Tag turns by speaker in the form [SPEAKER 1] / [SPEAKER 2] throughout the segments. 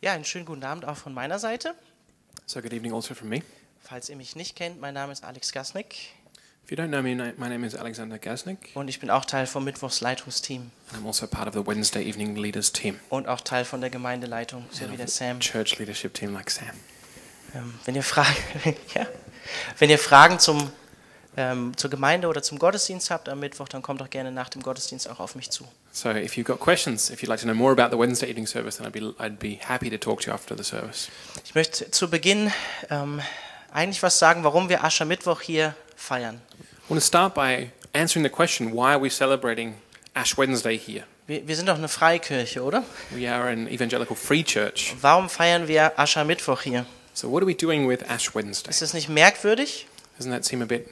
[SPEAKER 1] Ja, einen schönen guten Abend auch von meiner Seite.
[SPEAKER 2] So good evening also from me.
[SPEAKER 1] Falls ihr mich nicht kennt, mein Name ist Alex Gasnick
[SPEAKER 2] If you don't know me, my name is Alexander Gasnick.
[SPEAKER 1] und ich bin auch Teil vom Mittwochsleitungsteam
[SPEAKER 2] and I'm also part of the Wednesday evening leaders team,
[SPEAKER 1] und auch Teil von der Gemeindeleitung, so wie der Sam.
[SPEAKER 2] church leadership team like Sam.
[SPEAKER 1] Ähm, wenn, ihr Fragen, ja. wenn ihr Fragen zum, ähm, zur Gemeinde oder zum Gottesdienst habt am Mittwoch, dann kommt doch gerne nach dem Gottesdienst auch auf mich zu.
[SPEAKER 2] So if you've got questions, if you'd like to know more about the Wednesday evening service, then I'd be, I'd be happy to talk to you after the service.
[SPEAKER 1] Ich möchte zu Beginn ähm, eigentlich was sagen, warum wir Aschermittwoch hier feiern.
[SPEAKER 2] I want to start by answering the question, why are we celebrating Ash Wednesday here?
[SPEAKER 1] Wir, wir sind doch eine Freikirche, oder?
[SPEAKER 2] We are an evangelical free church.
[SPEAKER 1] Warum feiern wir Aschermittwoch hier?
[SPEAKER 2] So what are we doing with Ash Wednesday?
[SPEAKER 1] Ist das nicht merkwürdig?
[SPEAKER 2] Doesn't that seem a bit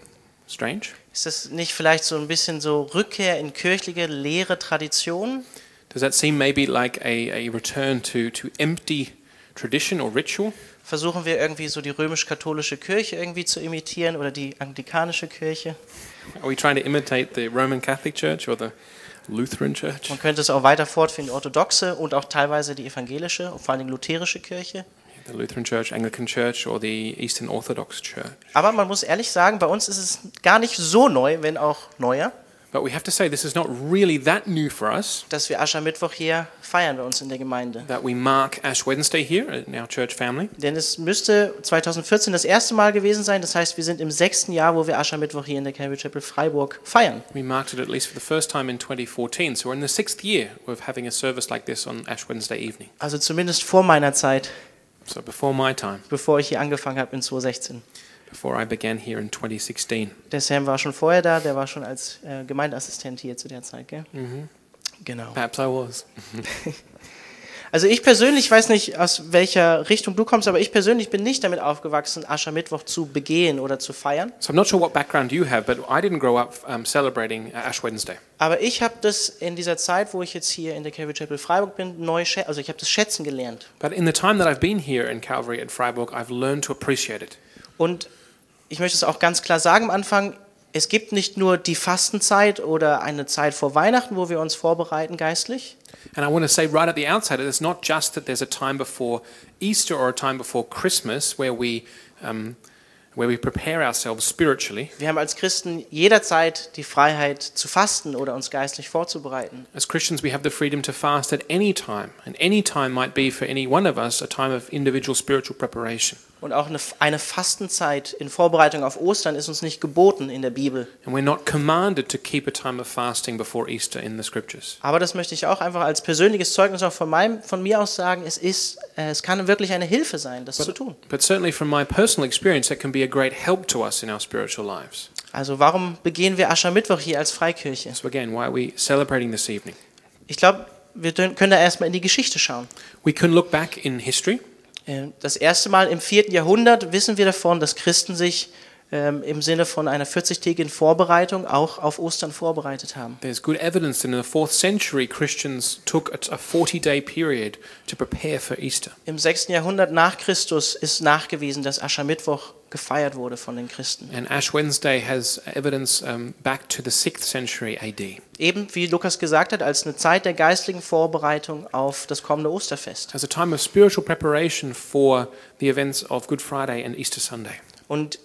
[SPEAKER 2] strange?
[SPEAKER 1] Ist das nicht vielleicht so ein bisschen so Rückkehr in kirchliche, leere Traditionen?
[SPEAKER 2] Does that seem maybe like a, a return to, to empty tradition or ritual?
[SPEAKER 1] Versuchen wir irgendwie so die römisch-katholische Kirche irgendwie zu imitieren oder die anglikanische Kirche?
[SPEAKER 2] Are we trying to imitate the Roman Catholic Church or the Lutheran Church?
[SPEAKER 1] Man könnte es auch weiter fortführen, die orthodoxe und auch teilweise die evangelische, vor allen Dingen lutherische Kirche.
[SPEAKER 2] The Lutheran Church, Anglican Church, or the Eastern Orthodox Church?
[SPEAKER 1] Aber man muss ehrlich sagen, bei uns ist es gar nicht so neu, wenn auch neuer,
[SPEAKER 2] But we have to say this is not really that new for us
[SPEAKER 1] dass wir Aschermittwoch hier feiern bei uns in der Gemeinde.
[SPEAKER 2] that we mark Ash Wednesday here in our church family.
[SPEAKER 1] Denn es müsste 2014 das erste Mal gewesen sein. Das heißt, wir sind im sechsten Jahr, wo wir Aschermittwoch hier in der Calvary Chapel Freiburg feiern.
[SPEAKER 2] We marked it at least for the first time in 2014, so we're in the sixth year of having a service like this on Ash Wednesday evening.
[SPEAKER 1] Also zumindest vor meiner Zeit,
[SPEAKER 2] So before my time,
[SPEAKER 1] bevor ich hier angefangen habe in 2016.
[SPEAKER 2] before I began here in 2016.
[SPEAKER 1] Der Sam war schon vorher da, der war schon als äh, Gemeindeassistent hier zu der Zeit, gell? Genau.
[SPEAKER 2] Perhaps I was.
[SPEAKER 1] Also ich persönlich weiß nicht, aus welcher Richtung du kommst, aber ich persönlich bin nicht damit aufgewachsen, Aschermittwoch zu begehen oder zu feiern.
[SPEAKER 2] So I'm not sure what background you have, but I didn't grow up um, celebrating Ash Wednesday.
[SPEAKER 1] Aber ich habe das in dieser Zeit, wo ich jetzt hier in der Calvary Chapel Freiburg bin, neu schä also ich habe das schätzen gelernt.
[SPEAKER 2] But in the time that I've been here in Calvary at Freiburg, I've learned to appreciate it.
[SPEAKER 1] Und ich möchte es auch ganz klar sagen am Anfang, es gibt nicht nur die Fastenzeit oder eine Zeit vor Weihnachten, wo wir uns vorbereiten geistlich,
[SPEAKER 2] And I want to say right at the outset that it's not just that there's a time before Easter or a time before Christmas where we, um, where we prepare ourselves spiritually.
[SPEAKER 1] Wir haben als Christen jederzeit die Freiheit zu fasten oder uns geistlich vorzubereiten.
[SPEAKER 2] As Christians, we have the freedom to fast at any time, and any time might be for any one of us a time of individual spiritual preparation.
[SPEAKER 1] Und auch eine, eine Fastenzeit in Vorbereitung auf Ostern ist uns nicht geboten in der Bibel.
[SPEAKER 2] And we're not commanded to keep a time of fasting before Easter in the scriptures.
[SPEAKER 1] Aber das möchte ich auch einfach als persönliches Zeugnis auch von, meinem, von mir aus sagen, es, ist, äh, es kann wirklich eine Hilfe sein, das zu tun.
[SPEAKER 2] But certainly, from my personal experience, that can be a great help to us in our spiritual lives.
[SPEAKER 1] Also warum begehen wir Aschermittwoch hier als Freikirche?
[SPEAKER 2] So, again, why are we celebrating this evening?
[SPEAKER 1] Ich glaube, wir dön- können da erstmal in die Geschichte schauen.
[SPEAKER 2] We can look back in history.
[SPEAKER 1] Äh, Das erste Mal im vierten Jahrhundert wissen wir davon, dass Christen sich ähm, im Sinne von einer 40-tägigen Vorbereitung auch auf Ostern vorbereitet haben.
[SPEAKER 2] There's good evidence that in the fourth century, Christians took a- a 40 day period to prepare for Easter.
[SPEAKER 1] Im 6. Jahrhundert nach Christus ist nachgewiesen, dass Aschermittwoch gefeiert wurde von den Christen.
[SPEAKER 2] And Ash Wednesday has evidence um, back to the sixth century AD
[SPEAKER 1] Eben, wie Lukas gesagt hat, als eine Zeit der geistlichen Vorbereitung auf das kommende Osterfest.
[SPEAKER 2] as a time of spiritual preparation for the events of Good Friday and Easter Sunday.
[SPEAKER 1] Und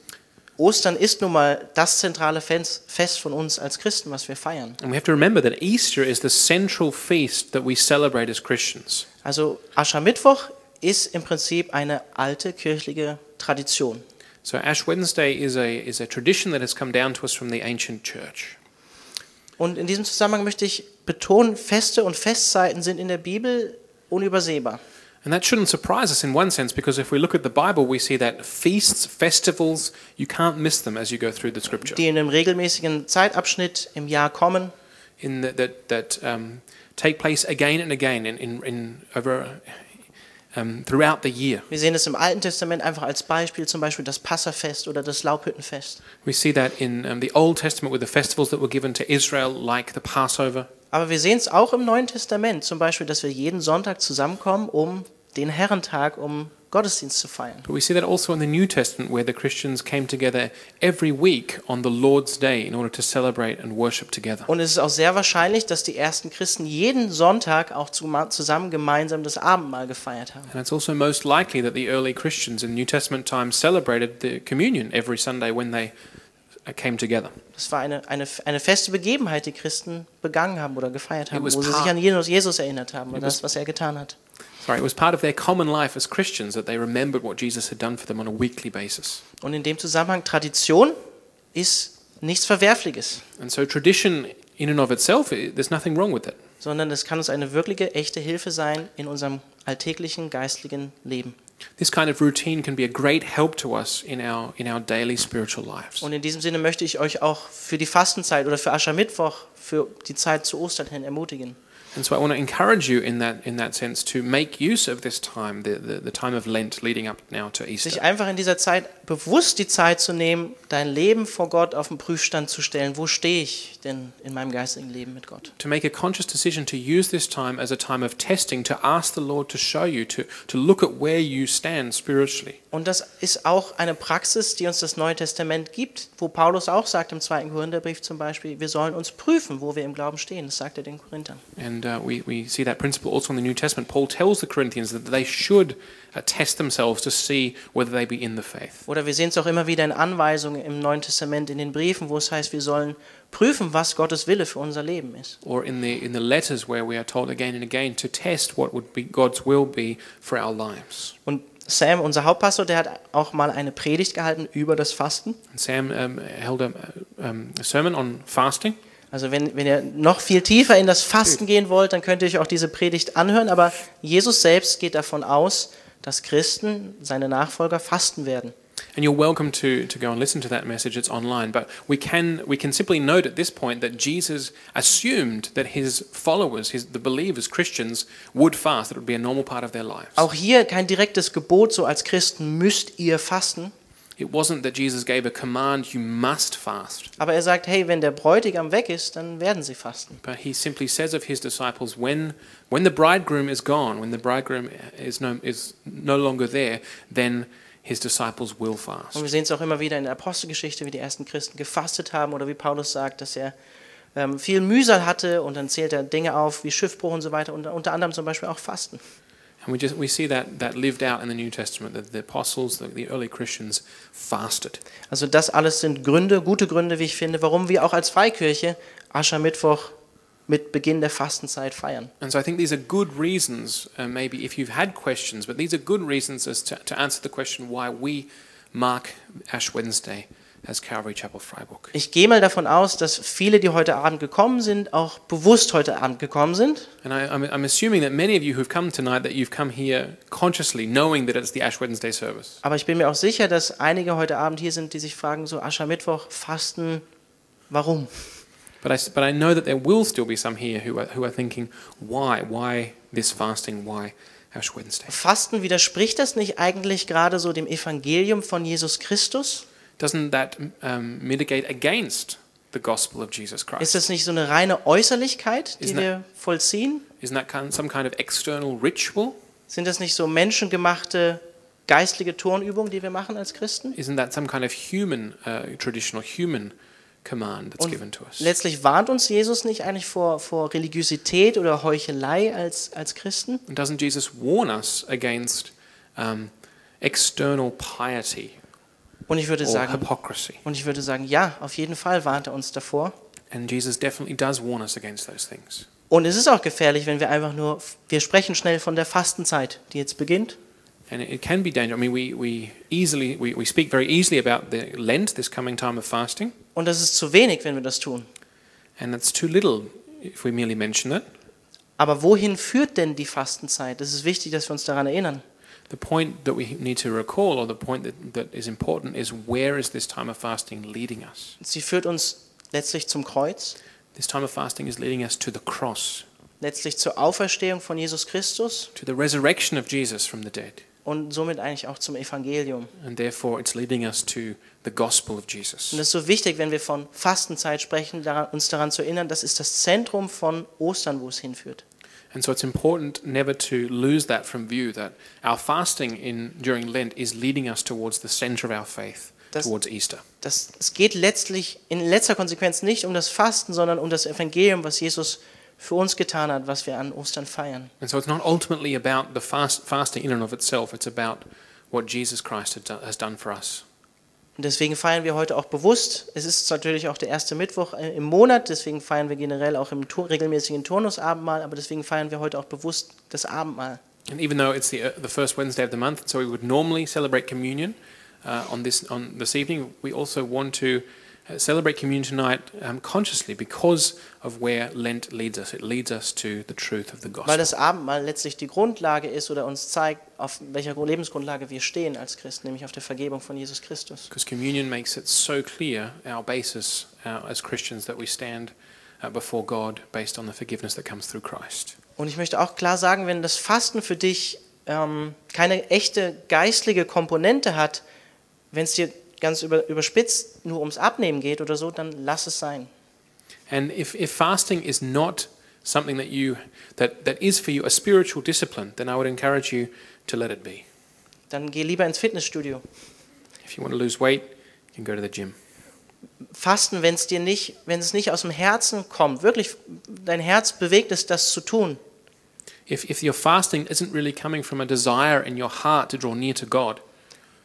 [SPEAKER 1] Ostern ist nun mal das zentrale Fest Fest von uns als Christen, was wir feiern.
[SPEAKER 2] And we have to remember that Easter is the central feast that we celebrate as Christians.
[SPEAKER 1] Also Aschermittwoch ist im Prinzip eine alte kirchliche Tradition.
[SPEAKER 2] So Ash Wednesday is a, is a tradition that has come down to us from the ancient church.
[SPEAKER 1] Und in diesem Zusammenhang möchte ich betonen, Feste und Festzeiten sind in der Bibel unübersehbar.
[SPEAKER 2] And that shouldn't surprise us in one sense, because if we look at the Bible, we see that feasts, festivals, you can't miss them as you go through the scripture.
[SPEAKER 1] Die in einem regelmäßigen Zeitabschnitt im Jahr kommen,
[SPEAKER 2] In the, that that um, take place again and again in, in, in over um, throughout the year.
[SPEAKER 1] Wir sehen es im Alten Testament einfach als Beispiel, zum Beispiel das Passafest oder das Laubhüttenfest.
[SPEAKER 2] We see that in um, the Old Testament with the festivals that were given to Israel, like the Passover.
[SPEAKER 1] Aber wir sehen es auch im Neuen Testament, zum Beispiel, dass wir jeden Sonntag zusammenkommen, um den Herrentag, um Gottesdienst zu feiern.
[SPEAKER 2] But we see that also in the New Testament, where the Christians came together every week on the Lord's Day in order to celebrate and worship together.
[SPEAKER 1] Und es ist auch sehr wahrscheinlich, dass die ersten Christen jeden Sonntag auch zuma- zusammen gemeinsam das Abendmahl gefeiert haben.
[SPEAKER 2] And it's also most likely that the early Christians in New Testament times celebrated the communion every Sunday when they uh, came together.
[SPEAKER 1] Das war eine, eine, eine feste Begebenheit, die Christen begangen haben oder gefeiert haben,
[SPEAKER 2] It was
[SPEAKER 1] wo sie sich
[SPEAKER 2] part-
[SPEAKER 1] an Jesus, Jesus erinnert haben und
[SPEAKER 2] It was-
[SPEAKER 1] das, was er getan hat.
[SPEAKER 2] Sorry, it was part of their common life as Christians that they remembered what Jesus had done for them on a weekly basis.
[SPEAKER 1] Und in dem Zusammenhang, Tradition ist nichts Verwerfliches,
[SPEAKER 2] And so tradition in and of itself, i there's nothing wrong with it.
[SPEAKER 1] sondern es kann uns eine wirkliche, echte Hilfe sein in unserem alltäglichen geistlichen Leben.
[SPEAKER 2] This kind of routine can be a great help to us in our in our daily spiritual lives.
[SPEAKER 1] Und in diesem Sinne möchte ich euch auch für die Fastenzeit oder für Aschermittwoch, für die Zeit zu Ostern hin ermutigen.
[SPEAKER 2] And so I want to encourage you in that in that sense to make use of this time, the, the, the time of Lent leading up now to
[SPEAKER 1] Sich
[SPEAKER 2] Easter.
[SPEAKER 1] einfach in dieser Zeit bewusst die Zeit zu nehmen, dein Leben vor Gott auf den Prüfstand zu stellen. Wo stehe ich denn in meinem geistigen Leben mit Gott?
[SPEAKER 2] To make a conscious decision to use this time as a time of testing, to ask the Lord to show you, to, to look at where you stand spiritually.
[SPEAKER 1] Und das ist auch eine Praxis, die uns das Neue Testament gibt, wo Paulus auch sagt im 2. Korintherbrief zum Beispiel, wir sollen uns prüfen, wo wir im Glauben stehen. Das sagt er den Korinthern.
[SPEAKER 2] And uh, we, we see that principle also in the New Testament. Paul tells the Corinthians that they should uh, test themselves to see whether they be in the faith.
[SPEAKER 1] Oder wir sehen es auch immer wieder in Anweisungen im Neuen Testament, in den Briefen, wo es heißt, wir sollen prüfen, was Gottes Wille für unser Leben ist.
[SPEAKER 2] Or in the, in the letters where we are told again and again to test what would be God's will be for our lives.
[SPEAKER 1] Und Sam, unser Hauptpastor, der hat auch mal eine Predigt gehalten über das Fasten.
[SPEAKER 2] And Sam um, held a, um, a sermon on fasting.
[SPEAKER 1] Also wenn, wenn ihr noch viel tiefer in das Fasten gehen wollt, dann könnt ihr euch auch diese Predigt anhören. Aber Jesus selbst geht davon aus, dass Christen, seine Nachfolger, fasten werden.
[SPEAKER 2] And you're welcome to, to go and listen to that message. It's online. But we can, we can simply note at this point that Jesus assumed that his followers, his, the believers, Christians, would fast. That it would be a normal part of their lives.
[SPEAKER 1] Auch hier kein direktes Gebot, so als Christen müsst ihr fasten.
[SPEAKER 2] It wasn't that Jesus gave a command, you must fast.
[SPEAKER 1] Aber er sagt, hey, wenn der Bräutigam weg ist, dann werden sie fasten.
[SPEAKER 2] But he simply says of his disciples, when, when the bridegroom is gone, when the bridegroom is no, is no longer there, then his disciples will fast.
[SPEAKER 1] Und wir sehen es auch immer wieder in der Apostelgeschichte, wie die ersten Christen gefastet haben oder wie Paulus sagt, dass er ähm, viel Mühsal hatte und dann zählt er Dinge auf wie Schiffbruch und so weiter und unter anderem zum Beispiel auch Fasten.
[SPEAKER 2] And we just we see that that lived out in the New Testament that the apostles, the, the early Christians, fasted.
[SPEAKER 1] Also das alles sind Gründe, gute Gründe, wie ich finde, warum wir auch als Freikirche Aschermittwoch mit Beginn der Fastenzeit feiern.
[SPEAKER 2] And so I think these are good reasons, uh, maybe if you've had questions, but these are good reasons as to, to answer the question why we mark Ash Wednesday as Calvary Chapel Freiburg.
[SPEAKER 1] Ich gehe mal davon aus, dass viele, die heute Abend gekommen sind, auch bewusst heute Abend gekommen sind.
[SPEAKER 2] And I, I'm, I'm assuming that many of you who've come tonight that you've come here consciously, knowing that it's the Ash Wednesday service.
[SPEAKER 1] Aber ich bin mir auch sicher, dass einige heute Abend hier sind, die sich fragen, so Aschermittwoch, Fasten, warum?
[SPEAKER 2] But I s- but I know that there will still be some here who are, who are thinking why why this fasting why Ash Wednesday.
[SPEAKER 1] Fasten widerspricht das nicht eigentlich gerade so dem Evangelium von Jesus Christus?
[SPEAKER 2] Doesn't that um, mitigate against the gospel of Jesus Christ?
[SPEAKER 1] Ist das nicht so eine reine Äußerlichkeit, die
[SPEAKER 2] Ist ne-
[SPEAKER 1] wir vollziehen?
[SPEAKER 2] Isn't that kind some kind of external ritual?
[SPEAKER 1] Sind das nicht so menschengemachte geistliche Turnübungen, die wir machen als Christen?
[SPEAKER 2] Isn't that some kind of human, uh, traditional human command that's given to us?
[SPEAKER 1] Letztlich warnt uns Jesus nicht eigentlich vor, vor Religiosität oder Heuchelei als, als Christen?
[SPEAKER 2] And doesn't Jesus warn us against um, external piety
[SPEAKER 1] Und ich würde
[SPEAKER 2] or
[SPEAKER 1] sagen,
[SPEAKER 2] hypocrisy?
[SPEAKER 1] und ich würde sagen, ja, auf jeden Fall warnt er uns davor.
[SPEAKER 2] And Jesus definitely does warn us against those things.
[SPEAKER 1] Und es ist auch gefährlich, wenn wir einfach nur, wir sprechen schnell von der Fastenzeit, die jetzt beginnt.
[SPEAKER 2] And it, it can be dangerous. I mean, we, we easily we, we speak very easily about the Lent, this coming time of fasting,
[SPEAKER 1] Und das ist zu wenig, wenn wir das tun.
[SPEAKER 2] and that's too little if we merely mention it.
[SPEAKER 1] Aber wohin führt denn die Fastenzeit? Es ist wichtig, dass wir uns daran erinnern.
[SPEAKER 2] The point that we need to recall, or the point that, that is important, is where is this time of fasting leading us?
[SPEAKER 1] Sie führt uns letztlich zum Kreuz,
[SPEAKER 2] This time of fasting is leading us to the cross,
[SPEAKER 1] letztlich zur Auferstehung von Jesus Christus
[SPEAKER 2] to the resurrection of Jesus from the dead,
[SPEAKER 1] und somit eigentlich auch zum Evangelium.
[SPEAKER 2] and therefore it's leading us to the gospel of
[SPEAKER 1] Und
[SPEAKER 2] Jesus.
[SPEAKER 1] es ist so wichtig, wenn wir von Fastenzeit sprechen, daran, uns daran zu erinnern, das ist das Zentrum von Ostern, wo es hinführt.
[SPEAKER 2] And so it's important never to lose that from view that our fasting in during Lent is leading us towards the center of our faith,
[SPEAKER 1] Das-
[SPEAKER 2] towards Easter.
[SPEAKER 1] Das, es geht letztlich in letzter Konsequenz nicht um das Fasten, sondern um das Evangelium, was Jesus für uns getan hat, was wir an Ostern feiern.
[SPEAKER 2] And so it's not ultimately about the fast, fasting in and of itself, it's about what Jesus Christ had done, has done for us.
[SPEAKER 1] Und deswegen feiern wir heute auch bewusst. Es ist natürlich auch der erste Mittwoch äh, im Monat, deswegen feiern wir generell auch im tu- regelmäßigen Turnusabendmahl, aber deswegen feiern wir heute auch bewusst das Abendmahl.
[SPEAKER 2] And even though it's the, uh, the first Wednesday of the month, so we would normally celebrate communion uh, on, this, on this evening, we also want to uh, celebrate communion tonight um, consciously because of where Lent leads us. It leads us to the truth of the
[SPEAKER 1] Weil
[SPEAKER 2] gospel.
[SPEAKER 1] das Abendmahl letztlich die Grundlage ist oder uns zeigt, auf welcher Lebensgrundlage wir stehen als Christen, nämlich auf der Vergebung von Jesus Christus.
[SPEAKER 2] Because communion makes it so clear our basis uh, as Christians that we stand uh, before God based on the forgiveness that comes through Christ.
[SPEAKER 1] Und ich möchte auch klar sagen, wenn das Fasten für dich ähm, keine echte geistliche Komponente hat, wenn es dir ganz über, überspitzt nur ums Abnehmen geht oder so, dann lass es sein.
[SPEAKER 2] And if, if fasting is not something that you that, that is for you a spiritual discipline, then I would encourage you to let it be.
[SPEAKER 1] Dann geh lieber ins Fitnessstudio.
[SPEAKER 2] If you want to lose weight, you can go to the gym.
[SPEAKER 1] Fasten, wenn es dir nicht, wenn es nicht aus dem Herzen kommt, wirklich dein Herz bewegt es, das zu tun,
[SPEAKER 2] If, if your fasting isn't really coming from a desire in your heart to draw near to God,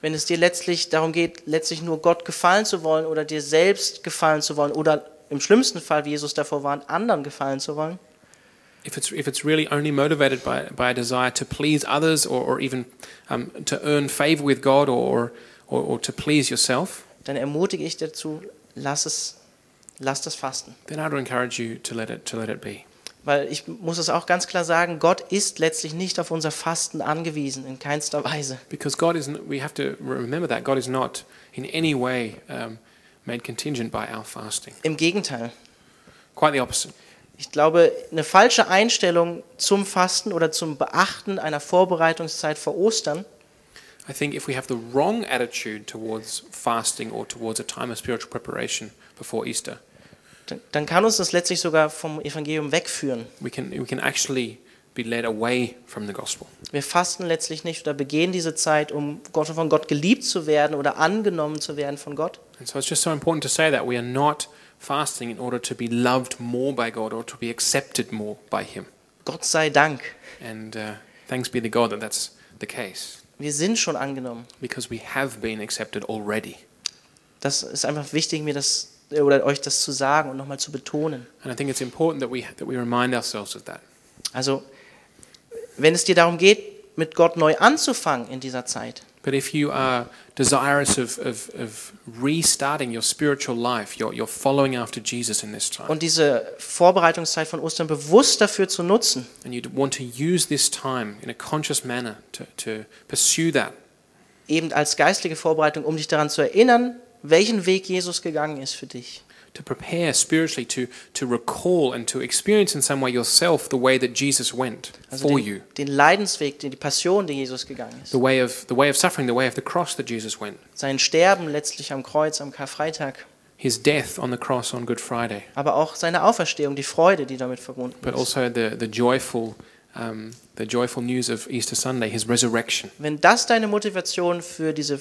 [SPEAKER 1] wenn es dir letztlich darum geht, letztlich nur Gott gefallen zu wollen oder dir selbst gefallen zu wollen oder im schlimmsten Fall, wie Jesus davor warnt, anderen gefallen zu wollen,
[SPEAKER 2] if it's, if it's really only motivated by, by a desire to please others or, or even um, to earn favor with God or, or, or to please yourself,
[SPEAKER 1] dann ermutige ich dazu, lass es, lass das Fasten.
[SPEAKER 2] then I would encourage you to let it, to let it be.
[SPEAKER 1] Weil ich muss es auch ganz klar sagen, Gott ist letztlich nicht auf unser Fasten angewiesen, in keinster Weise.
[SPEAKER 2] Because God is, n- we have to remember that God is not in any way um, made contingent by our fasting.
[SPEAKER 1] Im Gegenteil.
[SPEAKER 2] Quite the opposite.
[SPEAKER 1] Ich glaube, eine falsche Einstellung zum Fasten oder zum Beachten einer Vorbereitungszeit vor Ostern
[SPEAKER 2] I think if we have the wrong attitude towards fasting or towards a time of spiritual preparation before Easter,
[SPEAKER 1] dann- dann kann uns das letztlich sogar vom Evangelium wegführen.
[SPEAKER 2] we can, we can actually be led away from the gospel.
[SPEAKER 1] Wir fasten letztlich nicht oder begehen diese Zeit, um Gott von Gott geliebt zu werden oder angenommen zu werden von Gott,
[SPEAKER 2] And so it's just so important to say that we are not fasting in order to be loved more by God or to be accepted more by Him.
[SPEAKER 1] Gott sei Dank.
[SPEAKER 2] And uh, thanks be to God that that's the case
[SPEAKER 1] Wir sind schon angenommen.
[SPEAKER 2] because we have been accepted already.
[SPEAKER 1] Das ist einfach wichtig, mir das oder euch das zu sagen und nochmal zu betonen.
[SPEAKER 2] And I think it's important that we, that we remind ourselves of that.
[SPEAKER 1] Also, wenn es dir darum geht, mit Gott neu anzufangen in dieser Zeit,
[SPEAKER 2] But if you are desirous of, of, of restarting your spiritual life, you're, you're following after Jesus in this time,
[SPEAKER 1] und diese Vorbereitungszeit von Ostern bewusst dafür zu nutzen,
[SPEAKER 2] and you want to use this time in a conscious manner to, to pursue that,
[SPEAKER 1] eben als geistliche Vorbereitung, um dich daran zu erinnern, welchen Weg Jesus gegangen ist für dich,
[SPEAKER 2] to prepare spiritually, to, to recall and to experience in some way yourself the way that Jesus went
[SPEAKER 1] also
[SPEAKER 2] for
[SPEAKER 1] den,
[SPEAKER 2] you,
[SPEAKER 1] den Leidensweg, die, die Passion, die Jesus gegangen ist,
[SPEAKER 2] the way, of, the way of suffering, the way of the cross that Jesus went,
[SPEAKER 1] sein Sterben letztlich am Kreuz, am Karfreitag,
[SPEAKER 2] his death on the cross on Good Friday,
[SPEAKER 1] aber auch seine Auferstehung, die Freude, die damit verbunden
[SPEAKER 2] but
[SPEAKER 1] ist.
[SPEAKER 2] also the, the, joyful, um, the joyful news of Easter Sunday, his resurrection.
[SPEAKER 1] Wenn das deine Motivation für diese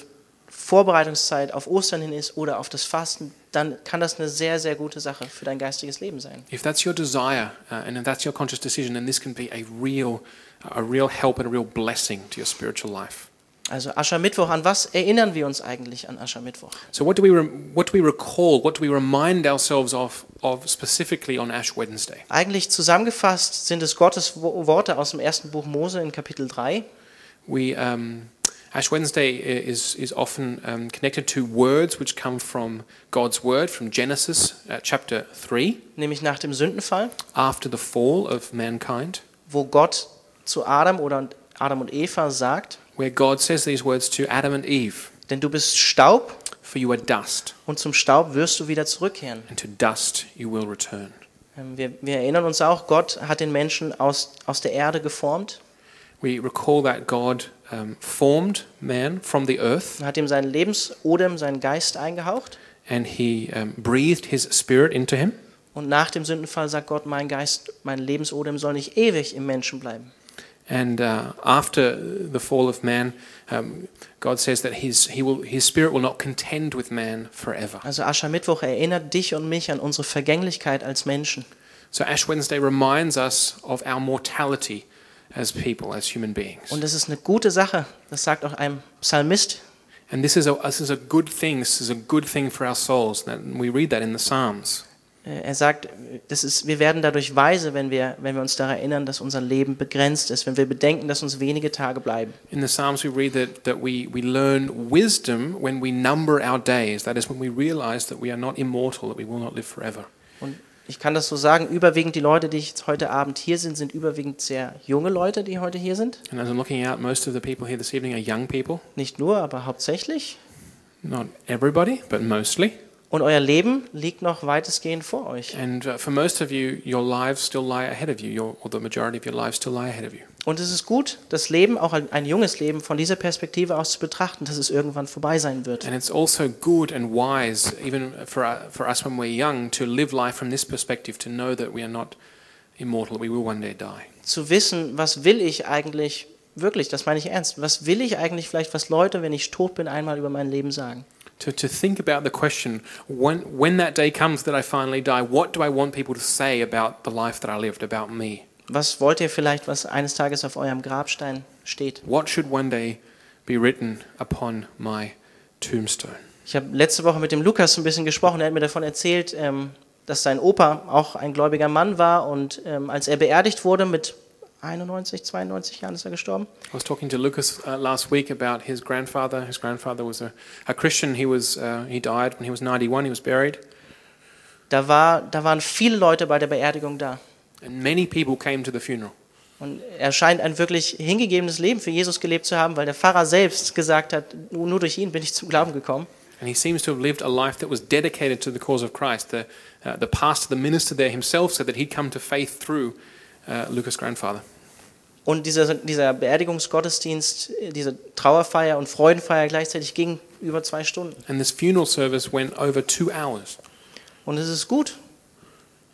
[SPEAKER 1] Vorbereitungszeit auf Ostern hin ist oder auf das Fasten, dann kann das eine sehr, sehr gute Sache für dein geistiges Leben sein.
[SPEAKER 2] If that's your desire uh, and if that's your conscious decision, then this can be a real, a real help and a real blessing to your spiritual life.
[SPEAKER 1] Also Aschermittwoch, an was erinnern wir uns eigentlich an Aschermittwoch?
[SPEAKER 2] So, what do we, rem what do we recall? What do we remind ourselves of, of specifically on Ash Wednesday?
[SPEAKER 1] Eigentlich zusammengefasst sind es Gottes Wo- Worte aus dem ersten Buch Mose in Kapitel 3.
[SPEAKER 2] We, um, Ash Wednesday i- is, is often um, connected to words which come from God's Word, from Genesis uh, chapter 3,
[SPEAKER 1] nämlich nach dem Sündenfall,
[SPEAKER 2] after the fall of mankind,
[SPEAKER 1] wo Gott zu Adam oder Adam und Eva sagt,
[SPEAKER 2] where God says these words to Adam and Eve
[SPEAKER 1] denn du bist Staub
[SPEAKER 2] For you are dust,
[SPEAKER 1] und zum Staub wirst du wieder zurückkehren.
[SPEAKER 2] and to dust you will return.
[SPEAKER 1] Ähm, Wir, wir erinnern uns auch, Gott hat den Menschen aus, aus der Erde geformt
[SPEAKER 2] We recall that God um, formed man from the earth
[SPEAKER 1] und hat ihm seinen Lebensodem, seinen Geist eingehaucht
[SPEAKER 2] and he um, breathed his spirit into him.
[SPEAKER 1] Und nach dem Sündenfall sagt Gott, mein Geist, mein Lebensodem soll nicht ewig im Menschen bleiben.
[SPEAKER 2] And uh, after the fall of man, um, God says that his, he will, his spirit will not contend with man forever.
[SPEAKER 1] Also Aschermittwoch erinnert dich und mich an unsere Vergänglichkeit als Menschen.
[SPEAKER 2] So Ash Wednesday reminds us of our mortality as people, as human beings.
[SPEAKER 1] Und das ist eine gute Sache. Das sagt auch ein Psalmist.
[SPEAKER 2] And this is a, this is a good thing. This is a good thing for our souls. And we read that in the Psalms.
[SPEAKER 1] Äh, Er sagt, das ist, wir werden dadurch weise, wenn wir, wenn wir uns daran erinnern, dass unser Leben begrenzt ist, wenn wir bedenken, dass uns wenige Tage bleiben.
[SPEAKER 2] In the Psalms, we read that, that we, we learn wisdom when we number our days. That is, when we realize that we are not immortal, that we will not live forever.
[SPEAKER 1] Und ich kann das so sagen, überwiegend die Leute, die jetzt heute Abend hier sind, sind überwiegend sehr junge Leute, die heute hier sind.
[SPEAKER 2] And as I'm looking out, most of the people here this evening are young people.
[SPEAKER 1] Nicht nur, aber hauptsächlich.
[SPEAKER 2] Not everybody, but mostly.
[SPEAKER 1] Und euer Leben liegt noch weitestgehend vor euch.
[SPEAKER 2] And uh, for most of you, your lives still lie ahead of you, your, or the majority of your lives still lie ahead of you.
[SPEAKER 1] Und es ist gut, das Leben, auch ein, ein junges Leben, von dieser Perspektive aus zu betrachten, dass es irgendwann vorbei sein wird.
[SPEAKER 2] And it's also good and wise, even for, uh, for us when we're young, to live life from this perspective, to know that we are not immortal, that we will one day die.
[SPEAKER 1] Zu wissen, was will ich eigentlich, wirklich, das meine ich ernst, was will ich eigentlich vielleicht, was Leute, wenn ich tot bin, einmal über mein Leben sagen?
[SPEAKER 2] To, to think about the question, when, when that day comes that I finally die, what do I want people to say about the life that I lived, about me?
[SPEAKER 1] Was wollt ihr vielleicht, was eines Tages auf eurem Grabstein steht?
[SPEAKER 2] What should one day be written upon my tombstone?
[SPEAKER 1] Ich habe letzte Woche mit dem Lukas ein bisschen gesprochen. Er hat mir davon erzählt, ähm, dass sein Opa auch ein gläubiger Mann war und ähm, als er beerdigt wurde mit 91, 92 Jahren ist er gestorben.
[SPEAKER 2] I was talking to Lucas uh, last week about his grandfather. His grandfather was a, a Christian. He was uh, he died when he was 91. He was buried,
[SPEAKER 1] Da, war, da waren viele Leute bei der Beerdigung da.
[SPEAKER 2] and many people came to the funeral.
[SPEAKER 1] Und er scheint ein wirklich hingegebenes Leben für Jesus gelebt zu haben, weil der Pfarrer selbst gesagt hat, nur, nur durch ihn bin ich zum Glauben gekommen.
[SPEAKER 2] And he seems to have lived a life that was dedicated to the cause of Christ. The uh, the pastor, the minister there himself said that he'd come to faith through uh, Lucas' grandfather.
[SPEAKER 1] Und dieser, dieser Beerdigungsgottesdienst, diese Trauerfeier und Freudenfeier gleichzeitig ging über zwei Stunden.
[SPEAKER 2] And this funeral service went over two hours.
[SPEAKER 1] Und es ist gut,